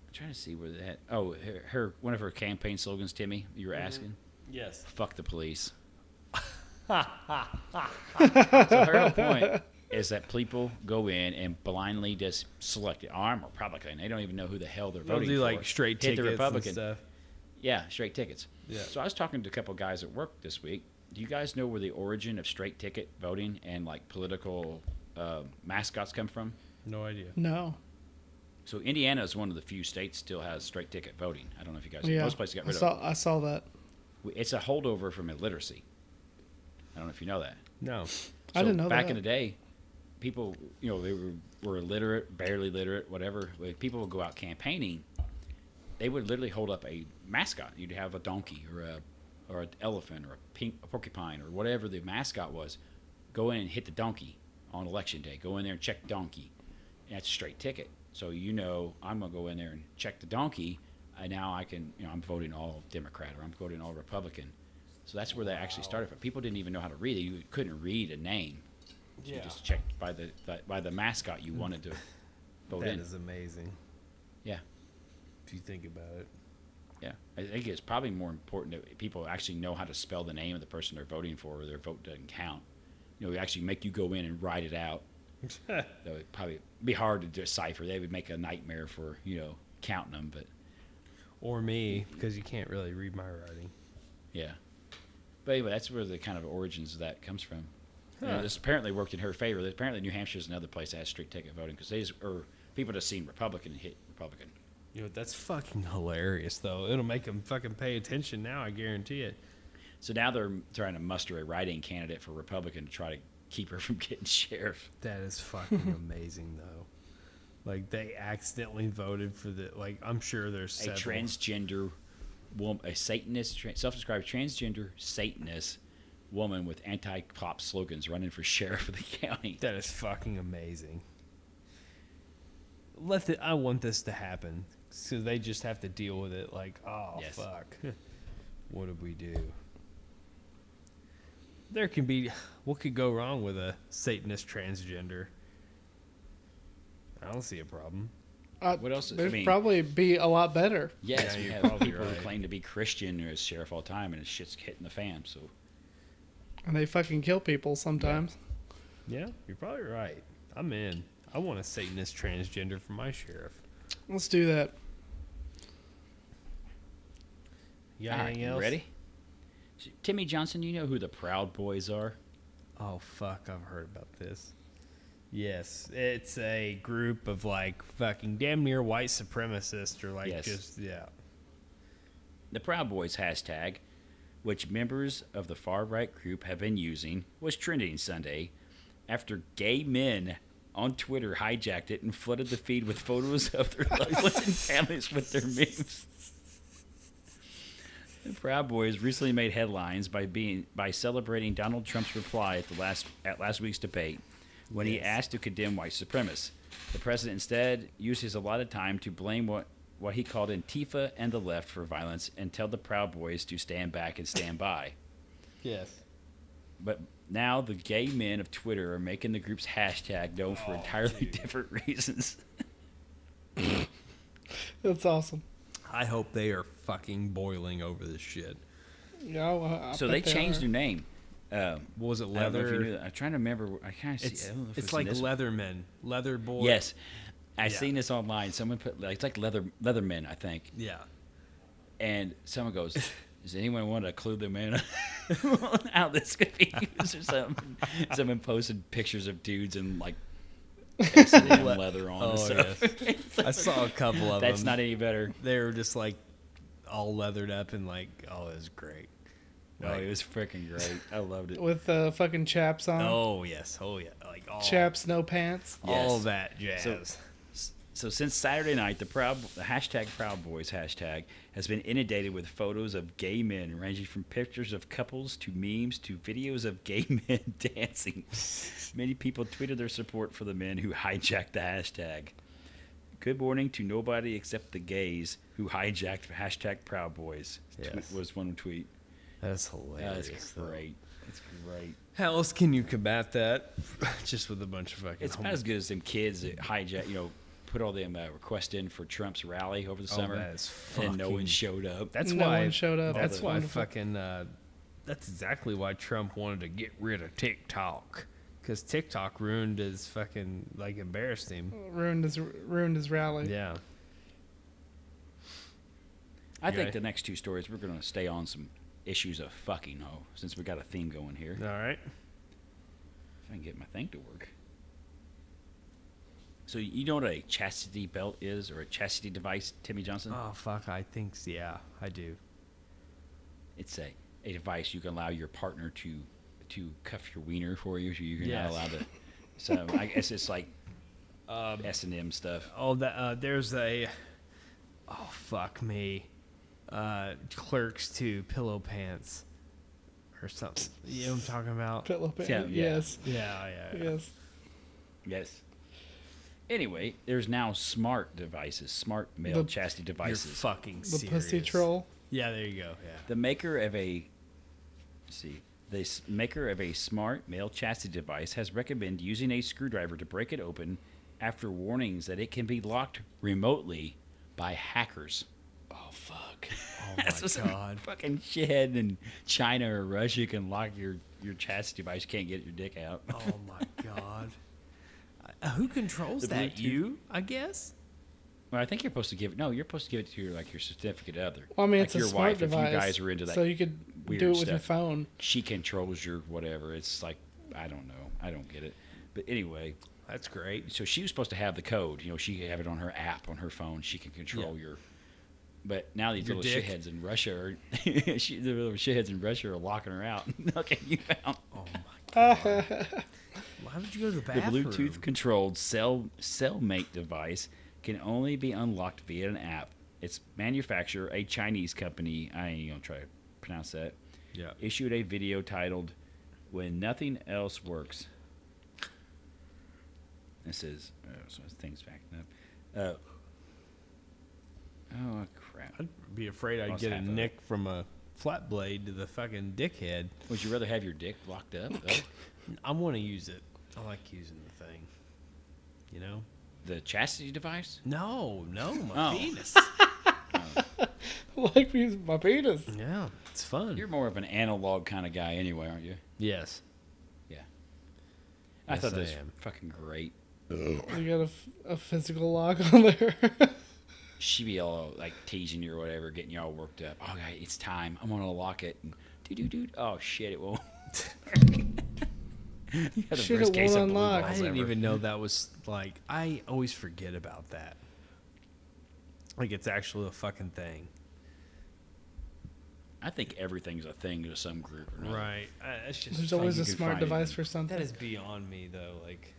S2: I'm trying to see where that. Oh, her, her one of her campaign slogans, Timmy. You were asking.
S1: Mm-hmm. Yes.
S2: Fuck the police. so her whole point is that people go in and blindly just select it. Oh, I'm a Republican. They don't even know who the hell they're
S1: They'll
S2: voting
S1: do
S2: for.
S1: like straight
S2: Hit
S1: tickets
S2: the Republican.
S1: and stuff.
S2: Yeah, straight tickets.
S1: Yeah.
S2: So I was talking to a couple guys at work this week. Do you guys know where the origin of straight ticket voting and like political uh, mascots come from?
S1: No idea.
S3: No.
S2: So Indiana is one of the few states still has straight ticket voting. I don't know if you guys.
S3: yeah.
S2: Most places got rid
S3: I
S2: of
S3: saw, I saw that.
S2: It's a holdover from illiteracy. I don't know if you know that.
S1: No.
S3: I didn't know
S2: back
S3: that.
S2: in the day, people, you know, they were, were illiterate, barely literate, whatever. When people would go out campaigning, they would literally hold up a mascot. You'd have a donkey or a or an elephant or a, pink, a porcupine or whatever the mascot was. Go in and hit the donkey on election day. Go in there and check donkey. And that's a straight ticket. So you know I'm gonna go in there and check the donkey. And now I can, you know, I'm voting all Democrat or I'm voting all Republican. So that's where that actually started from. People didn't even know how to read it. You couldn't read a name. So You just checked by the by- by the mascot you wanted to vote
S1: That
S2: in.
S1: is amazing.
S2: Yeah,
S1: If you think about it.
S2: yeah. I think it's probably more important that people actually know how to spell the name of the person they're voting for, or their vote doesn't count. You know, we actually make you go in and write it out. that would probably be hard to decipher. They would make a nightmare for you know counting them, but
S1: Or me, because you can't really read my writing.
S2: yeah. But anyway, that's where the kind of origins of that comes from. You know,
S1: Huh.
S2: this apparently worked in her favor. Apparently, New Hampshire is another place that has strict ticket voting because they just, or people just seen Republican and hit Republican.
S1: You know, that's fucking hilarious, though. It'll make them fucking pay attention now, I guarantee it.
S2: So now they're trying to muster a write-in candidate for Republican to try to keep her from getting sheriff.
S1: That is fucking amazing, though. Like, they accidentally voted for the, like, I'm sure there's
S2: A
S1: several.
S2: transgender woman, a Satanist, tra- self-described transgender Satanist woman with anti-cop slogans running for sheriff of the county.
S1: That is fucking amazing. Let the, I want this to happen. So they just have to deal with it like, oh,
S2: Yes.
S1: fuck. what did we do? There can be. What could go wrong with a Satanist transgender? I don't see a problem.
S3: I,
S2: What else is- I
S3: There'd
S2: mean-
S3: probably be a lot better.
S2: Yes,
S1: Yeah,
S2: we
S1: you're
S2: have
S1: probably
S2: people
S1: right.
S2: who claim to be Christian or as sheriff all the time, and shit's hitting the fan. So
S3: And they fucking kill people sometimes.
S1: Yeah, you're probably right. I'm in. I want a Satanist transgender for my sheriff.
S3: Let's do that.
S1: You got
S2: All right,
S1: anything
S2: you
S1: else?
S2: ready? Timmy Johnson, you know who the Proud Boys are?
S1: Oh fuck, I've heard about this. Yes, it's a group of like fucking damn near white supremacists or like
S2: Yes.
S1: just yeah.
S2: The Proud Boys hashtag, which members of the far right group have been using, was trending Sunday after gay men on Twitter hijacked it and flooded the feed with photos of their loved ones and families with their memes. The Proud Boys recently made headlines by being by celebrating Donald Trump's reply at the last at last week's debate when he
S1: Yes.
S2: asked to condemn white supremacists. The president instead used his allotted time to blame what what he called Antifa and the left for violence and tell the Proud Boys to stand back and stand by.
S1: Yes.
S2: But now the gay men of Twitter are making the group's hashtag known for
S1: Oh,
S2: entirely
S1: dude.
S2: different reasons.
S3: That's awesome.
S1: I hope they are fucking boiling over this shit.
S3: Yeah, well, I
S2: so they
S3: bet
S2: changed
S3: are.
S2: their name. Um,
S1: What was it
S2: I don't know if you knew
S1: leather?
S2: that. I'm trying to remember. I kind of see.
S1: It's
S2: I don't know if
S1: it's
S2: in
S1: like
S2: this one.
S1: Leatherman, Leather Boy.
S2: Yes, I
S1: Yeah.
S2: seen this online. Someone put like it's like leather leathermen, I think,
S1: Yeah.
S2: and someone goes, "Does anyone want to clue them in on how this could be used or something?" someone posted pictures of dudes in like X&M leather on and
S1: Oh,
S2: stuff.
S1: I saw a couple of
S2: That's
S1: them.
S2: not any better.
S1: they were just like all leathered up and like, oh, it was great.
S2: Oh,
S1: Like-
S2: it was freaking great. I loved it.
S3: with uh, fucking chaps on,
S1: Oh yes, oh yeah, like all
S3: chaps, no pants.
S1: all
S2: Yes.
S1: that jazz.
S2: So- So since Saturday night, the proud the hashtag Proud Boys hashtag has been inundated with photos of gay men, ranging from pictures of couples to memes to videos of gay men dancing. Many people tweeted their support for the men who hijacked the hashtag. Good morning to nobody except the gays who hijacked hashtag Proud Boys. tw-
S1: Yes.
S2: was one tweet.
S1: That's
S2: That's
S1: hilarious. though.
S2: great. That's great.
S1: How else can you combat that? Just with a bunch of fucking.
S2: It's about
S1: homo-
S2: as good as them kids that hijack, you know, put all them uh, requests in for Trump's rally over the
S1: Oh,
S2: summer,
S1: that is
S2: and no one
S1: fucking-
S2: showed up.
S1: That's
S3: No
S1: why
S3: one showed up.
S1: That's
S3: That's
S1: why
S3: wonderful.
S1: fucking. Uh, that's exactly why Trump wanted to get rid of TikTok, because TikTok ruined his fucking like embarrassed him.
S3: Ruined his ruined his rally.
S1: Yeah.
S2: I
S1: You
S2: think
S1: ready?
S2: the next two stories we're going to stay on some issues of fucking ho, since we got a theme going here.
S1: All right.
S2: If I can get my thing to work. So you know what a chastity belt is, or a chastity device, Timmy Johnson?
S1: Oh fuck! I think s- yeah, I do.
S2: It's a, a device you can allow your partner to to cuff your wiener for you, so you're
S1: Yes.
S2: not allowed to. So I guess it's like
S1: Um,
S2: S and M stuff.
S1: Oh, that uh, there's a. Oh fuck me, uh, clerks to pillow pants, or something. You know what I'm talking about?
S3: Pillow pants.
S2: Yeah, yeah.
S3: Yes.
S1: Yeah, yeah. yeah.
S3: Yes.
S2: Yes. Anyway, there's now smart devices, smart male
S3: The-
S2: chastity
S1: You're
S2: devices.
S1: fucking
S3: The pussy
S1: serious.
S3: troll.
S1: Yeah, there you go. Yeah.
S2: The maker of a let's see, the s- maker of a smart male chastity device has recommended using a screwdriver to break it open after warnings that it can be locked remotely by hackers.
S3: Oh fuck.
S1: Oh
S2: That's what
S1: my
S2: some
S1: god.
S2: Fucking shithead in China or Russia can lock your your chastity device, you can't get your dick out.
S1: Oh my god. Uh, who controls
S2: The
S1: that?
S2: Bluetooth-
S1: You, I guess.
S2: Well, I think you're supposed to give it. No, you're supposed to give it to your like your certificate other.
S3: Well, I mean,
S2: Like
S3: it's
S2: your
S3: a smart
S2: wife,
S3: device.
S2: If you guys are into that,
S3: so you could
S2: weird
S3: do it with
S2: stuff.
S3: your phone.
S2: she controls your whatever. It's like I don't know. I don't get it. But anyway,
S1: That's great.
S2: so she was supposed to have the code. You know, she could have it on her app on her phone. She can control your. But now these
S1: Your
S2: little
S1: dick.
S2: shitheads in Russia are, she, the little shitheads in Russia are locking her out. okay, you found
S1: Oh my god. Why would you go to the
S2: the
S1: bathroom?
S2: Bluetooth controlled cell cellmate device can only be unlocked via an app Its manufacturer, a Chinese company, I ain't gonna try to pronounce that,
S1: Yeah.
S2: issued a video titled "When Nothing Else Works." This is oh, so this thing's backing up. Uh, oh crap!
S1: I'd be afraid I'd
S2: Almost
S1: get a
S2: half of it.
S1: nick from a flat blade to the fucking dickhead.
S2: Would you rather have your dick locked up? Oh, though?
S1: I want to use it. I like using the thing. You know?
S2: the chastity device?
S1: No, no, my
S2: Oh.
S1: penis.
S3: like me with my penis.
S1: yeah, it's fun.
S2: You're more of an analog kind of guy, anyway, aren't you?
S1: yes.
S2: I
S1: Yes,
S2: thought
S1: I
S2: that was
S1: am.
S2: fucking great.
S3: You got a, f- a physical lock on there.
S2: She be all like teasing you or whatever, getting you all worked up. Oh, God, it's time. I'm gonna lock it. And do do do. Oh shit, it won't. You had the
S3: Shit,
S2: worst
S3: it
S2: case of
S3: won't
S2: blue
S3: unlock.
S1: I
S2: balls
S1: didn't
S2: ever.
S1: even know that was like. I always forget about that. Like it's actually a fucking thing.
S2: I think everything's a thing to some group or another.
S1: Right. Uh, it's just
S3: There's always
S2: you
S3: a
S2: can
S3: smart
S2: find it.
S3: device for something.
S1: That is beyond me though. Like,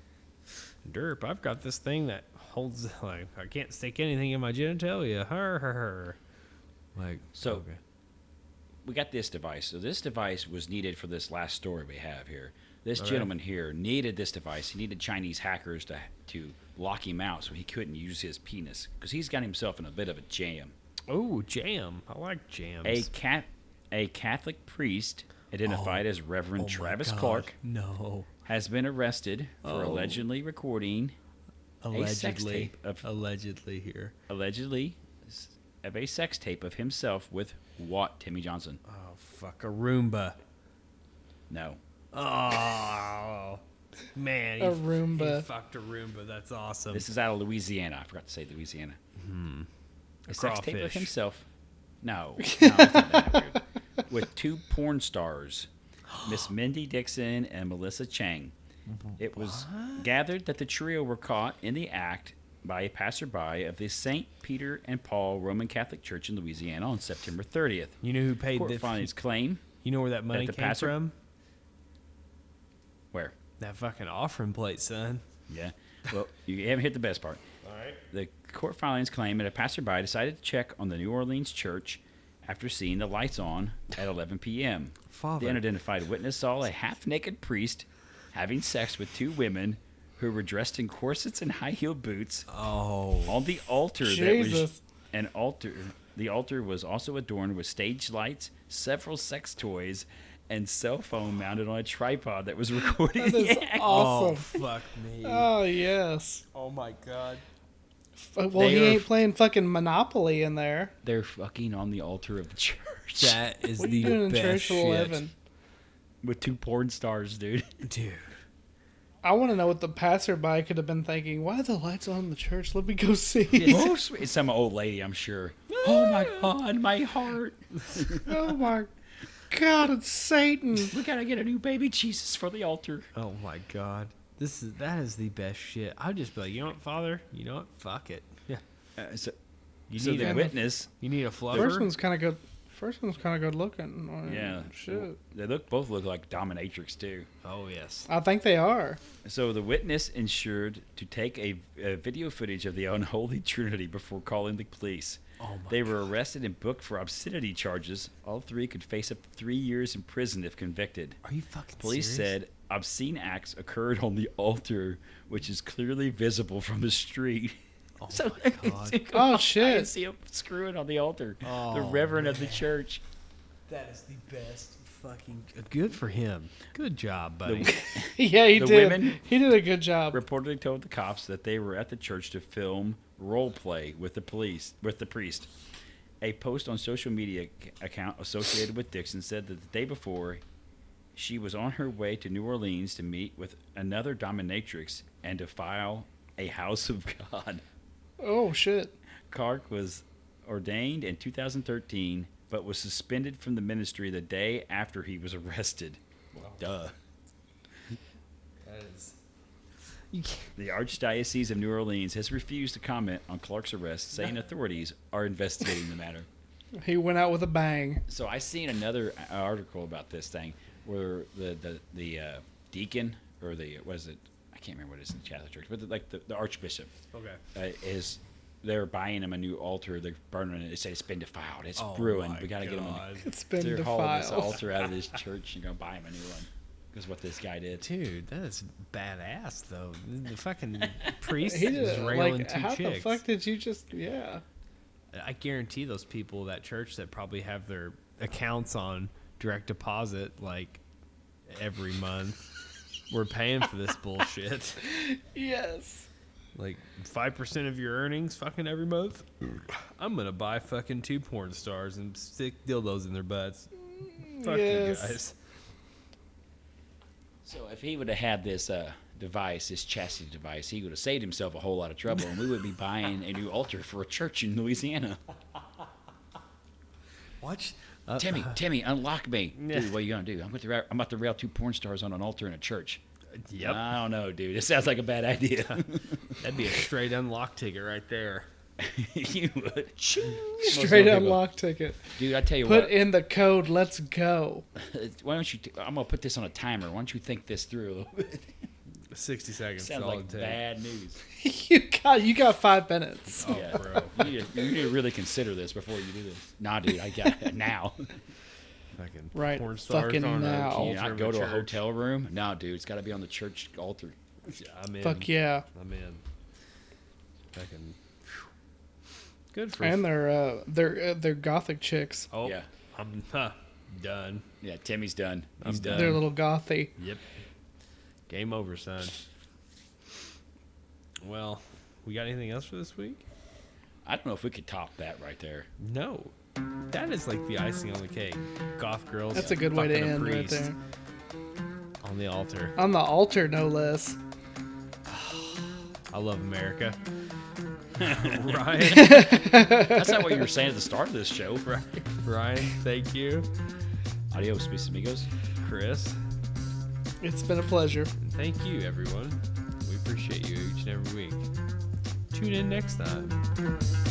S1: derp. I've got this thing that holds. Like, I can't stick anything in my genitalia. Her, her, her. Like
S2: So- We got this device. So this device was needed for this last story we have here. This
S1: All right.
S2: gentleman here needed this device. He needed Chinese hackers to to lock him out so he couldn't use his penis because he's got himself in a bit of a jam.
S1: Oh, jam. I like jams.
S2: A cat, a Catholic priest
S1: Oh.
S2: identified as Reverend Travis Clark
S1: No.
S2: has been arrested for
S1: Oh.
S2: allegedly recording,
S1: Allegedly.
S2: sex tape of-
S1: allegedly here.
S2: allegedly, s- of a sex tape of himself with what Timmy Johnson?
S1: Oh fuck a Roomba.
S2: No,
S1: Oh man,
S3: A
S1: he-
S3: Roomba.
S1: He fucked a Roomba. That's awesome.
S2: this is out of Louisiana. I forgot to say Louisiana.
S1: A
S2: A sex tape of
S1: crawfish.
S2: himself. No, no it's not that weird. with two porn stars, Miss Mindy Dixon and Melissa Chang. It was gathered that the trio were caught in the act by a passerby of the St. Peter and Paul Roman Catholic Church in Louisiana on September 30th.
S1: You know who paid
S2: Court
S1: the?
S2: found his claim.
S1: You know where that money
S2: the
S1: came
S2: passer-
S1: from?
S2: Where?
S1: That fucking offering plate, son.
S2: Yeah. Well, you haven't hit the best part.
S1: All right.
S2: The court filings claim that a passerby decided to check on the New Orleans church after seeing the lights on at 11 p.m.
S1: Father.
S2: The unidentified witness saw a half naked priest having sex with two women who were dressed in corsets and high heeled boots
S1: Oh.
S2: on the altar that was
S3: Jesus.
S2: an altar. The altar was also adorned with stage lights, several sex toys, and cell phone mounted on a tripod that was recording.
S3: That is
S2: the act.
S1: Oh
S3: awesome.
S1: fuck me.
S3: Oh, yes.
S1: Oh my god.
S3: F- Well,
S2: They
S3: he
S2: are-
S3: ain't playing fucking Monopoly in there.
S2: They're fucking on the altar of the church
S1: That is
S3: What are
S1: the
S3: you doing in
S1: best
S3: church at
S1: shit.
S3: 11?
S2: with two porn stars, dude.
S1: Dude.
S3: I want to know what the passerby could have been thinking. Why are the lights on in the church? Let me go see.
S2: Oh, sweet. Some old lady, I'm sure. Oh my god, my heart.
S3: oh my God, it's Satan.
S2: We gotta get a new baby Jesus for the altar.
S1: Oh my god. This is that is the best shit. I'd just be like, you know what, father? You know what? Fuck it. Yeah.
S2: Uh, so
S1: You
S2: so
S1: need
S2: the
S1: a-
S2: witness,
S1: You need a
S3: First
S1: flubber.
S3: one's kind of good. First one's kind of good looking. I mean,
S2: yeah,
S3: Shit.
S2: They look both look like dominatrix too.
S1: Oh yes.
S3: I think they are.
S2: So the witness ensured to take a, a video footage of the unholy trinity before calling the police.
S1: Oh my
S2: They were arrested and booked for obscenity charges. All three could face up to three years in prison if convicted.
S1: Are you fucking
S2: Police
S1: serious?
S2: said obscene acts occurred on the altar, which is clearly visible from the street.
S1: Oh my
S2: you
S1: god.
S2: could
S3: Oh,
S2: walk by
S3: shit.
S2: and see him screwing on the altar. the
S1: Oh,
S2: reverend of the church.
S1: That is the best fucking. Uh, Good for him. Good job, buddy.
S3: yeah, he
S2: The
S3: did.
S2: women-
S3: He did a good job.
S2: Reportedly told the cops that they were at the church to film role play with the police with the priest. A post on social media ac- account associated with Dixon said that the day before, she was on her way to New Orleans to meet with another dominatrix and defile a house of God.
S3: Oh shit.
S2: Clark was ordained in 2013, but was suspended from the ministry the day after he was arrested. Duh.
S1: that is.
S2: The Archdiocese of New Orleans has refused to comment on Clark's arrest, saying authorities are investigating the matter.
S3: He went out with a bang.
S2: So I seen another a- article about this thing where the the the uh, deacon or the what is it? I can't remember what it is in the Catholic Church, but the, like the, the Archbishop
S1: Okay.
S2: uh, is they're buying him a new altar. They're burning it. They said it's been defiled. It's
S1: Oh
S2: ruined.
S1: my
S2: We gotta get him. A,
S1: God.
S3: It's been
S2: they're hauling this
S3: defiled.
S2: altar out of this church and gonna buy him a new one. Because what this guy did.
S1: Dude, that is badass though. The fucking priest
S3: He did
S1: is
S3: it.
S1: railing
S3: Like,
S1: two
S3: how
S1: chicks.
S3: the fuck did you just? Yeah.
S1: I guarantee those people at church that probably have their accounts on direct deposit like every month were paying for this bullshit.
S3: Yes.
S1: Like five percent of your earnings, fucking every month. I'm gonna buy fucking two porn stars and stick dildos in their butts. Fuck
S3: Mm, yes.
S1: you guys.
S2: So if he would have had this uh, device, this chastity device, he would have saved himself a whole lot of trouble, and we would be buying a new altar for a church in Louisiana.
S1: Watch, uh,
S2: Timmy, Timmy, unlock me,
S1: Yeah.
S2: dude. What are you gonna do? I'm going to ra- I'm about to rail two porn stars on an altar in a church.
S1: Yep,
S2: I don't know, dude. This sounds like a bad idea.
S1: that'd be a straight unlock ticket right there.
S2: you would, Most
S3: Straight
S2: other people-
S3: unlock ticket.
S2: dude. I tell you
S3: Put
S2: what.
S3: in the code. Let's go.
S2: why don't you? T- I'm gonna put this on a timer. Why don't you think this through a little bit?
S1: Sixty seconds. is
S2: sounds
S1: all
S2: like
S1: it takes.
S2: bad news.
S3: you got. You got five minutes.
S1: Oh,
S2: Yeah.
S1: bro.
S2: You need, to, you need to really consider this before you do this. Nah, dude. I got it now.
S1: Fucking
S3: Right
S1: porn stars
S3: fucking
S1: on
S3: now.
S1: A
S2: Can you
S1: altar
S2: not
S1: of
S2: go to a
S1: church.
S2: hotel room? No, dude, it's got to be on the church altar.
S1: I'm in.
S3: Fuck yeah.
S1: I'm in. Fucking. phew. Good for.
S3: And they're uh, they're uh, they're gothic chicks.
S1: oh,
S2: Yeah.
S1: I'm huh, done.
S2: Yeah, Timmy's done.
S1: I'm
S2: He's done.
S3: They're a little gothy.
S1: Yep. Game over, son. Well, we got anything else for this week?
S2: I don't know if we could top that right there.
S1: No. That is like the icing on the cake. Goth girls.
S3: That's a good way to
S1: fucking a
S3: end right
S1: priest
S3: there.
S1: On the altar.
S3: On the altar, no less.
S1: I love America. Ryan,
S2: That's not what you were saying at the start of this show.
S1: Ryan, thank you.
S2: Adios, mis amigos.
S1: Chris,
S3: It's been a pleasure.
S1: and thank you, everyone. We appreciate you each and every week. Tune in next time.